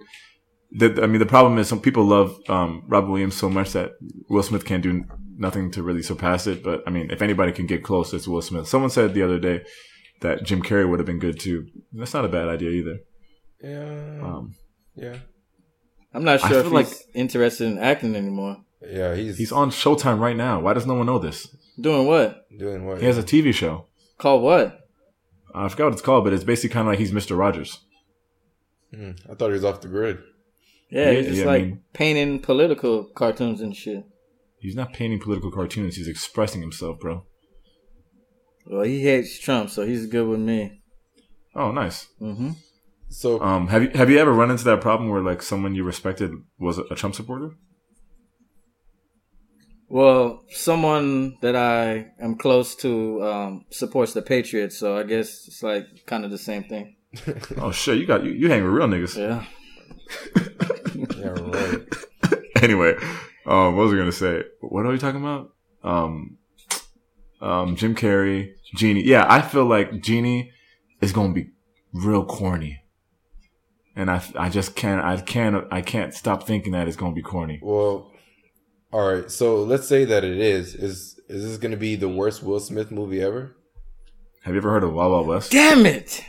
A: The, I mean, the problem is some people love um, Robin Williams so much that Will Smith can't do nothing to really surpass it. But I mean, if anybody can get close, it's Will Smith. Someone said the other day that Jim Carrey would have been good too. That's not a bad idea either.
C: Yeah,
A: Um,
C: yeah,
B: I'm not
A: I
B: sure if he's
A: feel like-
B: interested in acting anymore.
C: yeah. He's
A: he's on Showtime right now. Why does no one know this?
B: Doing what?
C: doing what?
A: He has a TV show.
B: Called what?
A: I forgot what it's called, but it's basically kind of like he's Mr. Rogers.
C: Hmm, I thought he was off the grid.
B: Yeah,
A: Yeah,
B: he's just
A: yeah, I
B: like
A: mean-
B: painting political cartoons and shit.
A: He's not painting political cartoons. He's expressing himself, bro.
B: Well, he hates Trump, so he's good with me.
A: Oh, nice.
B: hmm
C: So
A: Um, have you have you ever run into that problem where like someone you respected was a Trump supporter?
B: Well, someone that I am close to um, supports the Patriots, so I guess it's like kind of the same thing.
A: Oh shit, you got you, you hang with real niggas.
B: Yeah.
C: yeah, right.
A: Anyway, um, what was I gonna say? What are we talking about? Um, um, Jim Carrey, Genie. Yeah, I feel like Genie is gonna be real corny, and I I just can't I can't I can't stop thinking that it's gonna be corny.
C: Well, all right. So let's say that it is. Is is this going to be the worst Will Smith movie ever?
A: Have you ever heard of Wild Wild West?
B: Damn it!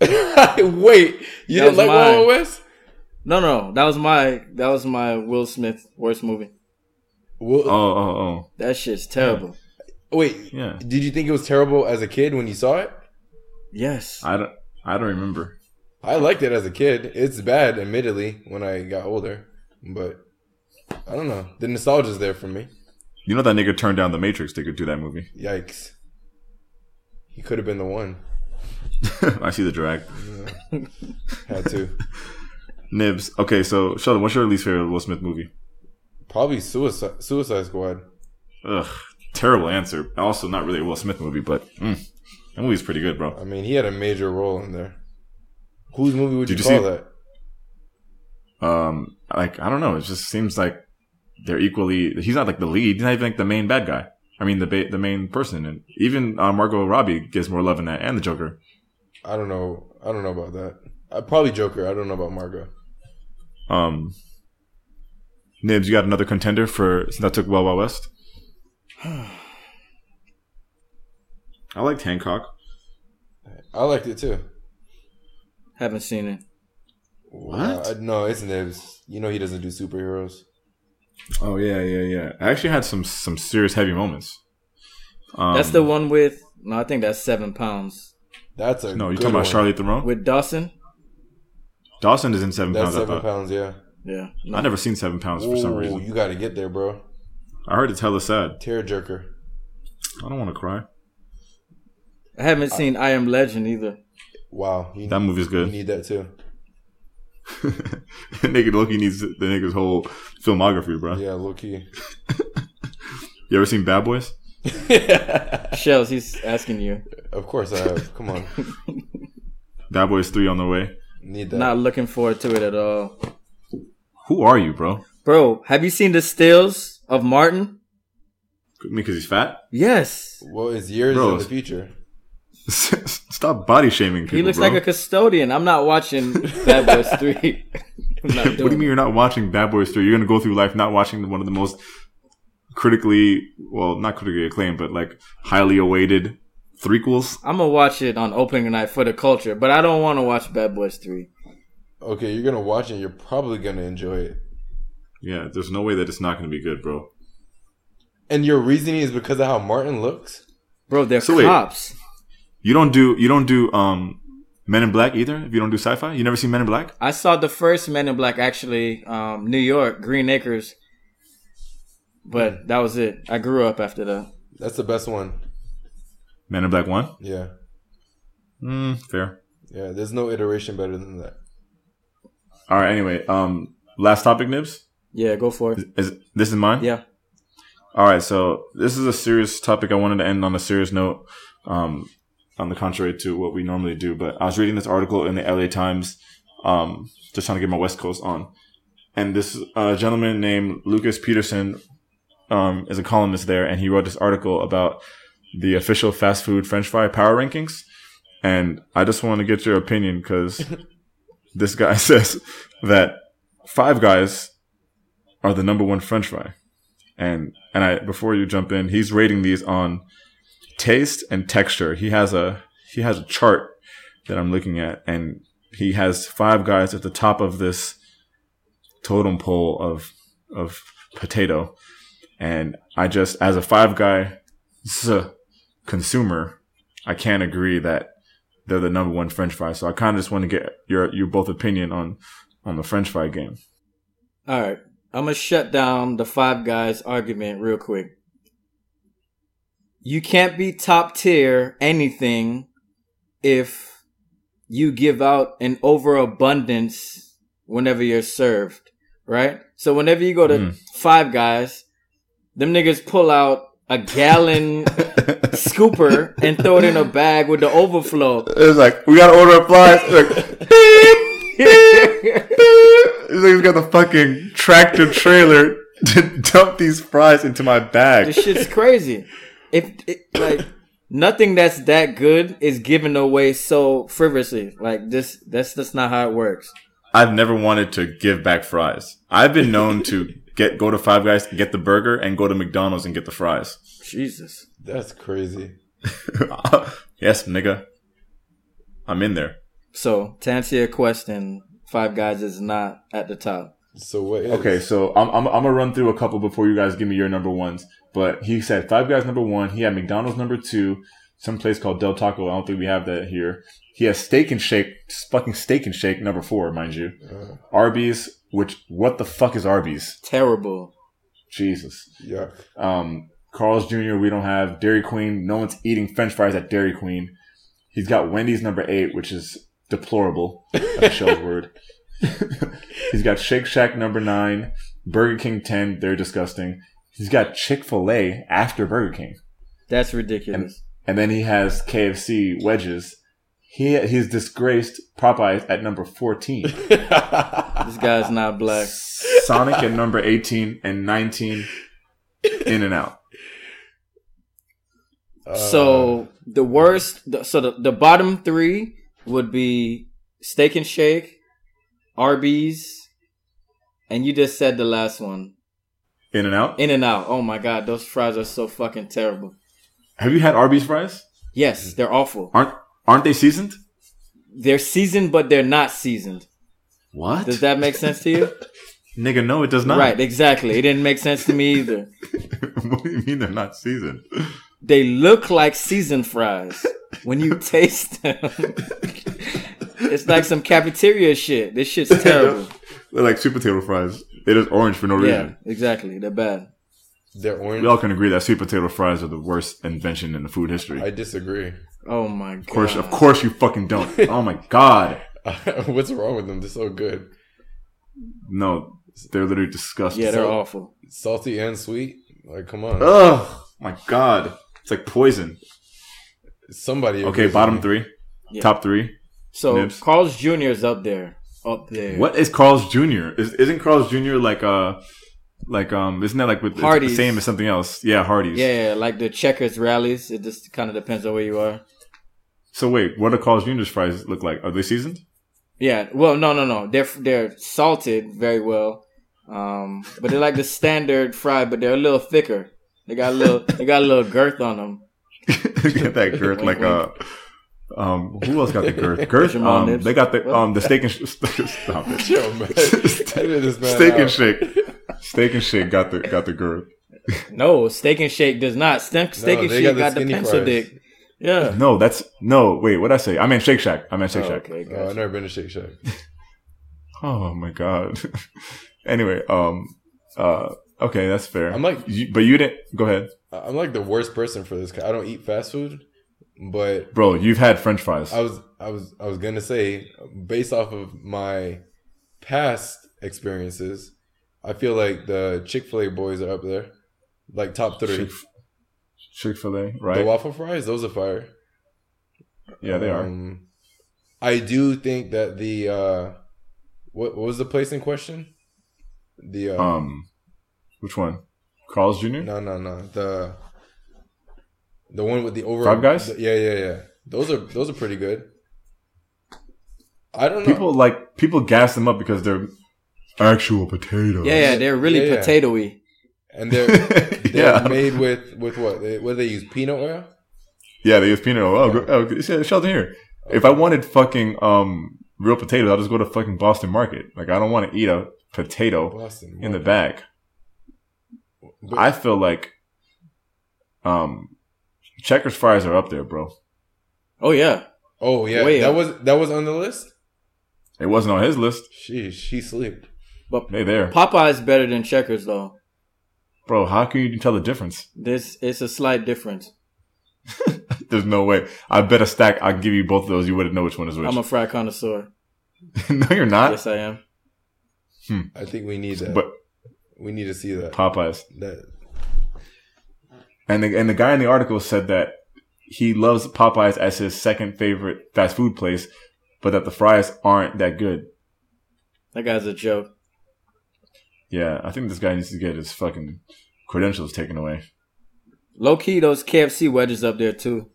C: Wait, you
B: That
C: didn't
B: was
C: like
B: mine.
C: Wild Wild West?
B: No, no, that was my that was my Will Smith worst movie.
A: Oh
C: Will,
A: oh oh
B: That shit's terrible.
C: wait,
A: yeah.
C: did you think it was terrible as a kid when you saw it?
B: Yes.
A: I don't I don't remember.
C: I liked it as a kid. It's bad, admittedly, when I got older, but I don't know. The nostalgia's there for me.
A: You know that nigga turned down the Matrix to do that movie.
C: Yikes! He could have been the one.
A: I see the drag.
C: Had to.
A: Nibs. Okay, so Sheldon, what's your least favorite Will Smith movie?
C: Probably Suicide Suicide Squad.
A: Ugh, terrible answer. Also, not really a Will Smith movie, but mm, that movie's pretty good, bro.
C: I mean, he had a major role in there. Whose movie would you,
A: Did you
C: call
A: see-
C: that?
A: Um, like I don't know, it just seems like they're equally. He's not like the lead. He's not even like the main bad guy. I mean, the ba- the main person, and even uh, Margot Robbie gets more love in that, and the Joker.
C: I don't know. I don't know about that. I, probably Joker. I don't know about Margot.
A: Um, Nibs, you got another contender for since I took Wild Wild West. I liked Hancock.
C: I liked it too.
B: Haven't seen it.
A: What?
C: Uh, no, it's Nibs. You know he doesn't do superheroes.
A: Oh yeah, yeah, yeah. I actually had some some serious heavy moments. Um,
B: That's the one with no, I think that's seven pounds
C: That's a
A: No, you
C: good
A: talking about
C: one.
A: Charlie Theron?
B: with Dawson.
A: Dawson is in seven
C: That's
A: pounds. I
C: seven
A: thought.
C: pounds, yeah.
B: Yeah.
A: I never seen seven pounds for some
C: Ooh,
A: reason.
C: you got to get there, bro.
A: I heard it's hella sad.
C: Tear jerker.
A: I don't want to cry.
B: I haven't seen I Am Legend either.
C: Wow, you
A: That movie's
C: You
A: good.
C: need that too.
A: Nigga Loki needs the nigga's whole filmography, bro.
C: Yeah, low key.
A: You ever seen Bad Boys?
B: Shells, he's asking you.
C: Of course I have. Come on,
A: Bad Boys Three on the way.
C: need that.
B: Not looking forward to it at all.
A: Who are you, bro?
B: Bro, have you seen the stills of Martin?
A: Because he's fat.
B: Yes.
C: Well, it's years
A: Bro.
C: in the future.
A: Stop body shaming people.
B: He looks
A: bro.
B: like a custodian. I'm not watching Bad Boys 3. I'm not
A: what do you mean you're not watching Bad Boys 3? You're going to go through life not watching one of the most critically, well, not critically acclaimed, but like highly awaited threequels?
B: I'm gonna watch it on opening night for the culture, but I don't want to watch Bad Boys 3.
C: Okay, you're gonna watch it. You're probably gonna enjoy it.
A: Yeah, there's no way that it's not going to be good, bro.
C: And your reasoning is because of how Martin looks.
B: Bro, they're
A: So wait.
B: cops.
A: You don't do, you don't do, um, Men in Black either? If you don't do sci fi? You never seen Men in Black?
B: I saw the first Men in Black actually, um, New York, Green Acres. But that was it. I grew up after that.
C: That's the best one.
A: Men in Black 1?
C: Yeah,
A: Mm, fair.
C: yeah. There's no iteration better than that.
A: All right, anyway, um, last topic, Nibs?
B: Yeah, go for it.
A: Is, this is mine?
B: Yeah.
A: All right, so this is a serious topic. I wanted to end on a serious note, um, on the contrary to what we normally do. But I was reading this article in the LA Times, um, just trying to get my West Coast on, and this uh, gentleman named Lucas Peterson um, is a columnist there, and he wrote this article about the official fast food French fry power rankings. And I just want to get your opinion because this guy says that Five Guys are the number one French fry and and I before you jump in, he's rating these on taste and texture. He has a he has a chart that I'm looking at, and he has five guys at the top of this totem pole of of potato. And I just as a five guy s- consumer, I can't agree that they're the number one French fry. So I kind of just want to get your your both opinion on on the French fry game.
B: All right. I'm going to shut down the Five Guys argument real quick. You can't be top tier anything if you give out an overabundance whenever you're served, right? So whenever you go to
A: Mm.
B: Five Guys, them niggas pull out a gallon scooper and throw it in a bag with the overflow.
A: It's like we gotta order a fly. It's like It's like he's got the fucking tractor trailer to dump these fries into my bag.
B: This shit's crazy. If it, like nothing that's that good is given away so frivolously, like this, that's that's not how it works.
A: I've never wanted to give back fries. I've been known to get go to Five Guys, get the burger, and go to McDonald's and get the fries.
B: Jesus,
C: That's crazy.
A: yes, nigga, I'm in there.
B: so to answer your question, Five Guys is not at the top.
C: So what? Is,
A: Okay, so I'm, I'm, I'm gonna run through a couple before you guys give me your number ones. But he said Five Guys number one. He had McDonald's number two. Some place called Del Taco. I don't think we have that here. He has Steak and Shake, fucking Steak and Shake number four, mind you. Arby's, which what the fuck is Arby's?
B: Terrible.
A: Jesus.
C: Yuck.
A: Um, Carl's Jr. We don't have Dairy Queen. No one's eating French fries at Dairy Queen. He's got Wendy's number eight, which is deplorable. That's a shell's word. He's got Shake Shack number nine, Burger King ten. They're disgusting. He's got Chick Fil A after Burger King,
B: That's ridiculous.
A: and then he has KFC wedges. He he's disgraced Popeyes at number fourteen.
B: this guy's not black.
A: Sonic at number 18 and 19 in and out.
C: Uh,
B: so the worst, the, so the, the bottom three would be Steak and Shake, Arby's, and you just said the last one.
A: In and out.
B: In and out. Oh my god, those fries are so fucking terrible.
A: Have you had Arby's fries? Mm.
B: Yes, they're awful.
A: Aren't aren't they seasoned?
B: They're seasoned, but they're not seasoned.
A: What?
B: Does that make sense to you?
A: Nigga, no, it does not.
B: Right, exactly. It didn't make sense to me either.
A: what do you mean they're not seasoned?
B: They look like seasoned fries when you taste them. It's like some cafeteria shit. This shit's terrible.
A: They're like sweet potato fries. They're just orange for no
B: yeah,
A: reason.
B: exactly. They're bad.
C: They're orange.
A: We all can agree that sweet potato fries are the worst invention in the food history.
C: I
A: Of
C: disagree.
B: Oh my god. Of
A: course, of course, you fucking don't. Oh my god,
C: What's wrong with them? They're so good.
A: no, they're literally disgusting.
B: Yeah, they're awful.
C: Salty and sweet. Like, come on.
A: Ugh, my god, it's like poison.
C: Somebody.
A: Okay,
C: agrees
A: bottom
C: with me.
A: three,
B: Yeah.
A: top three.
B: So
A: Nibs.
B: Carl's Jr. is up there. Up there.
A: What is Carl's Jr.? Is, isn't Carl's Jr. like uh like um isn't that like with it's the
B: Hardee's.
A: same as something else? Yeah, Hardee's.
B: Yeah, like the checkers rallies. It just kind of depends on where you are.
A: So wait, what do Carl's Jr.'s fries look like? Are they seasoned?
B: Yeah. Well, no, no, no. They're they're salted very well, um, but they're like the standard fry, but they're a little thicker. They got a little they got a little girth on them.
A: Get that girth like uh um who else got the girth? Girth.
B: Jamal
A: Um,
B: Nibs.
A: they got the um the steak and sh- stop it.
C: Yo, man. Edit this man
A: steak and
C: out.
A: shake. Steak and shake got the got the girth.
B: No, Steak and Shake does not. Steak, steak
C: No,
B: and
C: they
B: Shake
C: got
B: got
C: the
B: the,
C: skinny
B: pencil
C: fries.
B: dick. Yeah.
A: No, that's no. Wait, what I say? I meant Shake Shack. I meant Shake
B: Oh,
A: Shack.
B: okay,
C: Oh, I've
B: gotcha.
C: never been to Shake Shack.
A: Oh my god. anyway, um, uh, okay, that's fair.
C: I'm like-
A: you, but you didn't. Go ahead,
C: I- I'm like the worst person for this. 'cause I don't eat fast food, but
A: bro. You've had French fries.
C: I was I was I was gonna say based off of my past experiences, I feel like the Chick Fil A boys are up there, like top three.
A: Chick- Chick-fil-A,
C: The
A: right?
C: waffle fries, those are fire.
A: yeah, they are.
C: Um, I do think that the uh, what, what was the place in question? The uh,
A: Um, which one? Carl's Jr.
C: no no no the the one with the over
A: Five Guys?
C: yeah yeah yeah those are those are pretty good. I don't know.
A: People like people gas them up because they're actual potatoes.
B: Yeah, yeah, they're really
C: Yeah, yeah.
B: potatoey.
C: and they're they're
A: yeah,
C: made with with what? They, what do they use? Peanut oil.
A: yeah. They use peanut oil. Oh, go- oh yeah, Sheldon here. If I wanted fucking um real potatoes, I'll just go to fucking Boston Market. Like I don't want to eat a potato
C: Boston
A: in the bag.
C: But-
A: I feel like um checkers fries are up there, bro.
B: Oh yeah.
C: Oh yeah,
B: Way
C: that
B: up.
C: was that was on the list.
A: It wasn't on his list.
C: She she sleep.
A: Hey there.
B: Popeye's better than Checkers though.
A: Bro, how can you tell the difference?
B: This it's a slight difference.
A: There's no way. I bet a stack I'll give you both of those, you wouldn't know which one is which.
B: I'm a fry connoisseur.
A: no, you're not.
B: Yes, I am.
C: I think we need that.
A: But
C: we need to see that.
A: Popeyes.
C: that
A: And the and the guy in the article said that he loves Popeyes as his second favorite fast food place, but that the fries aren't that good.
B: That guy's a joke.
A: Yeah, I think this guy needs to get his fucking credentials taken away.
B: Low key, those KFC wedges up there too.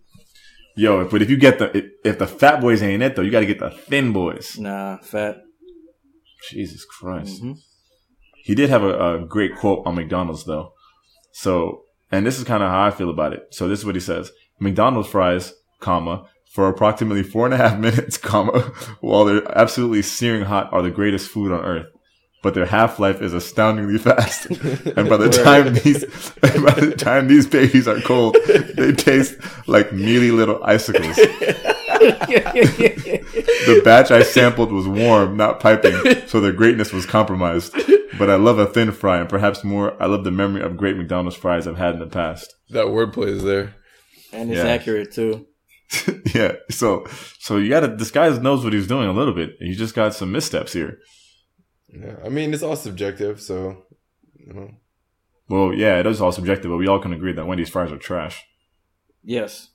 A: Yo, but if you get the if, if the fat boys ain't it though, you got to get the thin boys.
B: Nah, fat.
A: Jesus Christ.
B: Mhm.
A: He did have a, a great quote on McDonald's though. So, and this is kind of how I feel about it. So this is what he says: McDonald's fries, comma, for approximately four and a half minutes, comma, while they're absolutely searing hot, are the greatest food on earth. But their half life is astoundingly fast, and by the time these, and by the time these babies are cold, they taste like mealy little icicles. The batch I sampled was warm, not piping, so their greatness was compromised. But I love a thin fry, and perhaps more, I love the memory of great McDonald's fries I've had in the past.
C: that wordplay is there.
B: and it's
A: Yeah.
B: accurate too.
A: yeah, so so you gotta. This guy knows what he's doing a little bit. He just got some missteps here.
C: Yeah, I mean it's all subjective, so you know.
A: Well, yeah, it is all subjective, but we all can agree that Wendy's fries are trash.
B: Yes.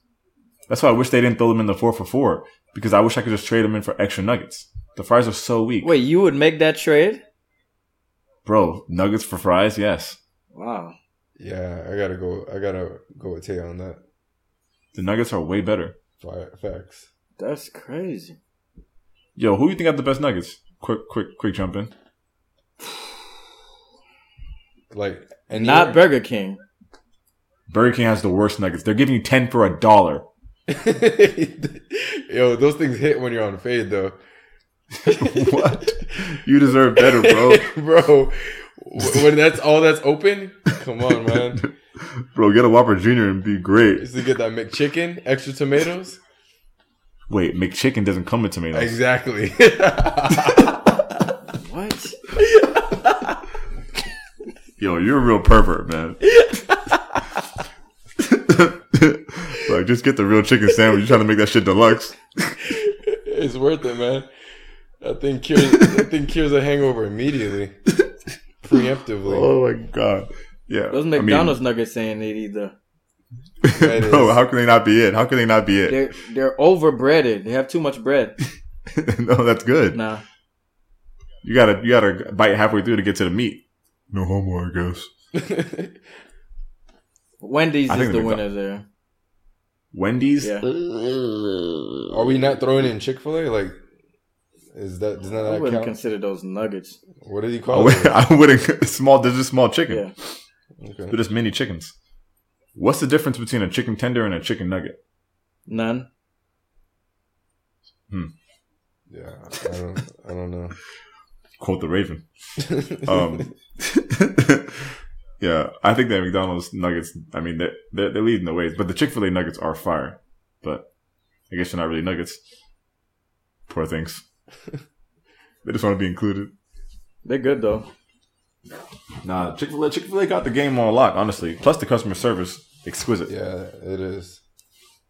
A: That's why I wish they didn't throw them in the four for four because I wish I could just trade them in for extra nuggets. The fries are so weak,
B: Wait, you would make that trade?
A: bro. Nuggets for fries, yes.
B: Wow.
C: Yeah, I gotta go. I gotta go with Tay on that.
A: The nuggets are way better.
C: Fi- Facts.
B: That's crazy.
A: Yo, who you think got the best nuggets? Quick, quick, quick jump in.
C: Like and
B: Not Burger King.
A: Burger King has the worst nuggets. They're giving you ten for a dollar.
C: Yo, those things hit when you're on fade though,
A: what? You deserve better, bro.
C: bro. wh- When that's all that's open, come on, man.
A: Bro, get a Whopper Junior and be great.
C: Just to get that McChicken, extra tomatoes.
A: wait, McChicken doesn't come with tomatoes.
C: Exactly.
B: What?
A: Yo, you're a real pervert, man. like, just get the real chicken sandwich. You're trying to make that shit deluxe.
C: it's worth it, man. That thing cures. that thing cures a hangover immediately, preemptively.
A: Oh my god. Yeah.
B: Those McDonald's nuggets ain't it either.
C: That
A: I mean, bro,
C: is-
A: how can they not be it? How can they not be it?
B: They're they're overbreaded. They have too much bread.
A: no, that's good.
B: Nah.
A: You gotta you gotta bite halfway through to get to the meat. No homo, I guess.
B: Wendy's
A: I
B: is
A: think
B: the
A: the
B: winner there.
A: Wendy's.
B: Yeah.
C: Are we not throwing in Chick Fil A? Like, is that does
B: I
C: that not
B: wouldn't
C: count?
B: consider those nuggets.
C: what did he
A: I
C: call
A: would-
C: it?
A: I wouldn't. Small. There's just small chicken.
B: Yeah.
A: They're just mini chickens. What's the difference between a chicken tender and a chicken nugget?
B: None.
C: Yeah, I don't, I don't know.
A: Quote the Raven. Um, yeah, I think that McDonald's nuggets. I mean, they're they're, they're leading the ways, but the Chick Fil A nuggets are fire. But I guess they're not really nuggets. Poor things. they just want to be included.
B: They're good though.
A: Nah, Chick Fil A Chick Fil A got the game on lock, honestly. Plus the customer service, exquisite.
C: yeah, it is.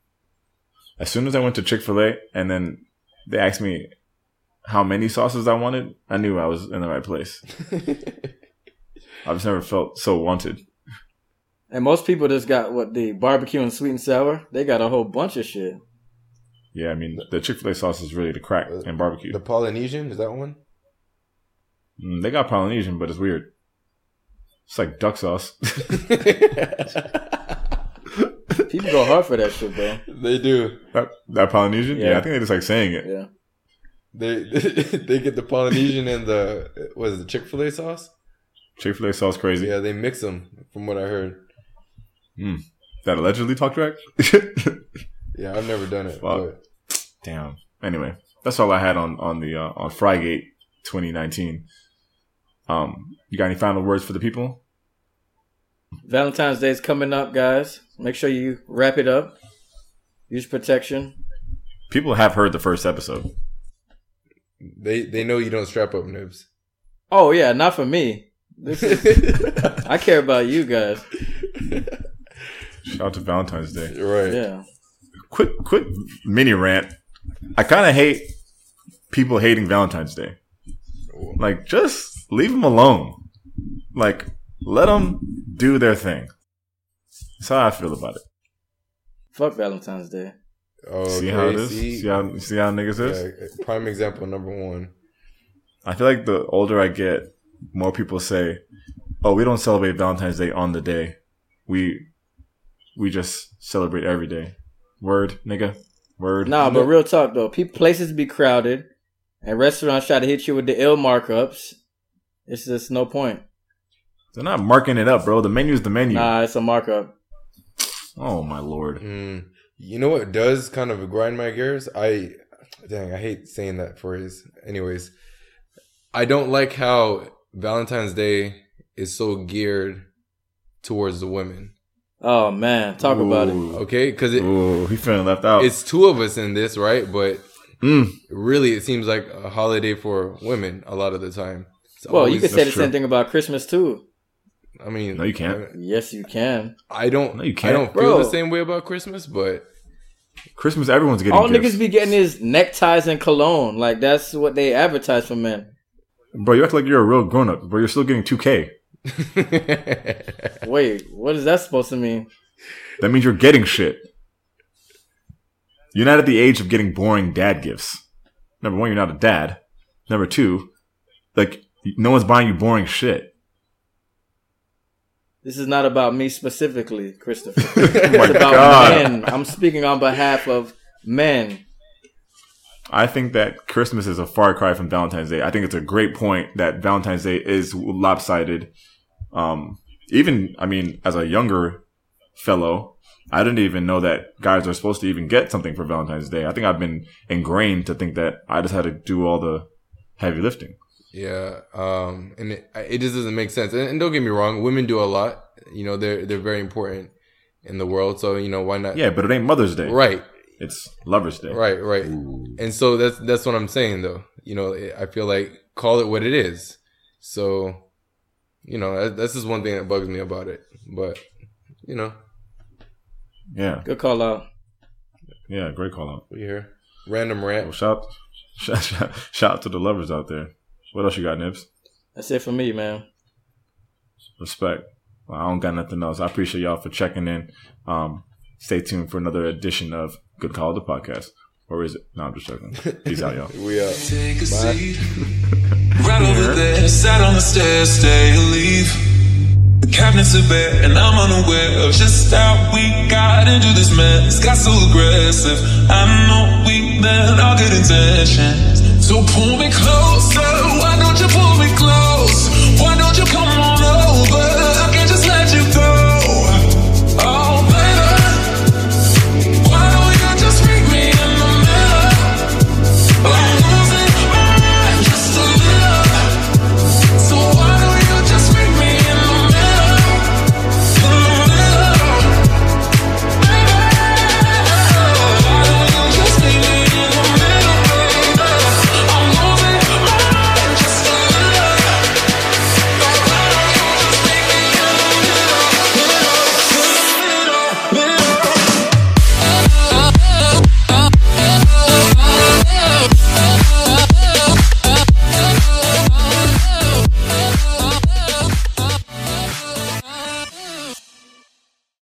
A: As soon as I went to Chick Fil A, and then they asked me how many sauces I wanted, I knew I was in the right place. I've just never felt so wanted.
B: And most people just got what the barbecue and sweet and sour. They got a whole bunch of shit.
A: Yeah, I mean the Chick Fil A sauce is really the crack in barbecue.
C: The Polynesian is that one?
A: Mm, they got Polynesian, but it's weird. It's like duck sauce.
B: People go hard for that shit, bro.
C: They do.
A: that, that Polynesian? Yeah.
B: Yeah.
A: I think they just like saying it.
B: Yeah.
C: They they get the Polynesian and the what is it Chick Fil A sauce?
A: Chick Fil A sauce crazy.
C: Yeah, they mix them. From what I heard.
A: That allegedly talk track.
C: Yeah, I've never done it.
A: Fuck.
C: But
A: Damn. Anyway, that's all I had on on the uh, on Frygate 2019. Um, you got any final words for the people?
B: Valentine's Day is coming up, guys. Make sure you wrap it up. Use protection.
A: People have heard the first episode.
C: they they know you don't strap up nibs.
B: Oh yeah, not for me. This is, I care about you guys.
A: Shout out to Valentine's Day.
C: Right.
B: Yeah.
A: Quick, quick mini rant. I kind of hate people hating Valentine's Day. Like, just leave them alone. Like, let them do their thing. That's how I feel about it.
B: Fuck Valentine's Day.
C: Oh,
A: See how it is?
C: see?
A: See how, see how niggas is?
C: Yeah, prime example number one.
A: I feel like the older I get, more people say, "Oh, we don't celebrate Valentine's Day on the day. We we just celebrate every day." Word, nigga. Word.
B: Nah, but real talk though, people places be crowded, and restaurants try to hit you with the ill markups. It's just no point.
A: They're not marking it up, bro. The menu's the menu.
B: Nah, it's a markup.
A: Oh my lord.
C: Mm. You know what does kind of grind my gears? I dang, I hate saying that phrase. Anyways, I don't like how Valentine's Day is so geared towards the women.
B: Oh man, talk about it.
C: Okay, because it,
A: Ooh, he feeling left out.
C: it's two of us in this, right? But
A: Mm.
C: really, it seems like a holiday for women a lot of the time. It's
B: Well, you
C: always-
B: can say the
A: that's
B: same
A: true.
B: thing about Christmas too.
C: I mean,
A: No, you can't.
B: Yes, you can.
C: I don't.
A: No, you
C: I
A: can't.
C: don't feel
B: Bro.
C: the same way about Christmas, but
A: Christmas, everyone's getting
B: All
A: gifts.
B: niggas be getting is neckties and cologne. Like that's what they advertise for men.
A: bro, you act like you're a real grown up, bro. You're still getting 2K.
B: Wait, what is that supposed to mean?
A: That means you're getting shit. You're not at the age of getting boring dad gifts. Number one, you're not a dad. Number two, like no one's buying you boring shit.
B: This is not about me specifically, Christopher. it's
A: Oh my
B: about
A: god!
B: men. I'm speaking on behalf of men.
A: I think that Christmas is a far cry from Valentine's Day. I think it's a great point that Valentine's Day is lopsided. Um, even I mean, as a younger fellow, I didn't even know that guys are supposed to even get something for Valentine's Day. I think I've been ingrained to think that I just had to do all the heavy lifting.
C: Yeah, um, and it, I- it just doesn't make sense. And, and don't get me wrong, women do a lot. You know, they're they're very important in the world. So you know, why not?
A: Yeah, but it ain't Mother's Day.
C: right.
A: It's Lover's Day.
C: Right, right. And so that's that's what I'm saying though. You know, it- I feel like call it what it is. So, you know, that, that's just one thing that bugs me about it. But, you know,
A: Yeah.
B: Good call out.
A: Yeah. Great call out.
C: we here. Random
A: Well,
C: rant.
A: shout, shout, shout, shout out to the lovers out there. What else you got, Nibs?
B: That's it for me, man.
A: Respect. Well, I don't got nothing else. I appreciate y'all for checking in. Um, stay tuned for another edition of Good Call the Podcast. Or is it? No, I'm just joking. Peace out, y'all.
C: We uh, out.
H: Take a seat. Right over there, sat on the stairs, stay or leave. The cabinets are bare, and I'm unaware of just how we got into this mess. Got so aggressive. I know we then all good intentions. So pull me closer. Oh,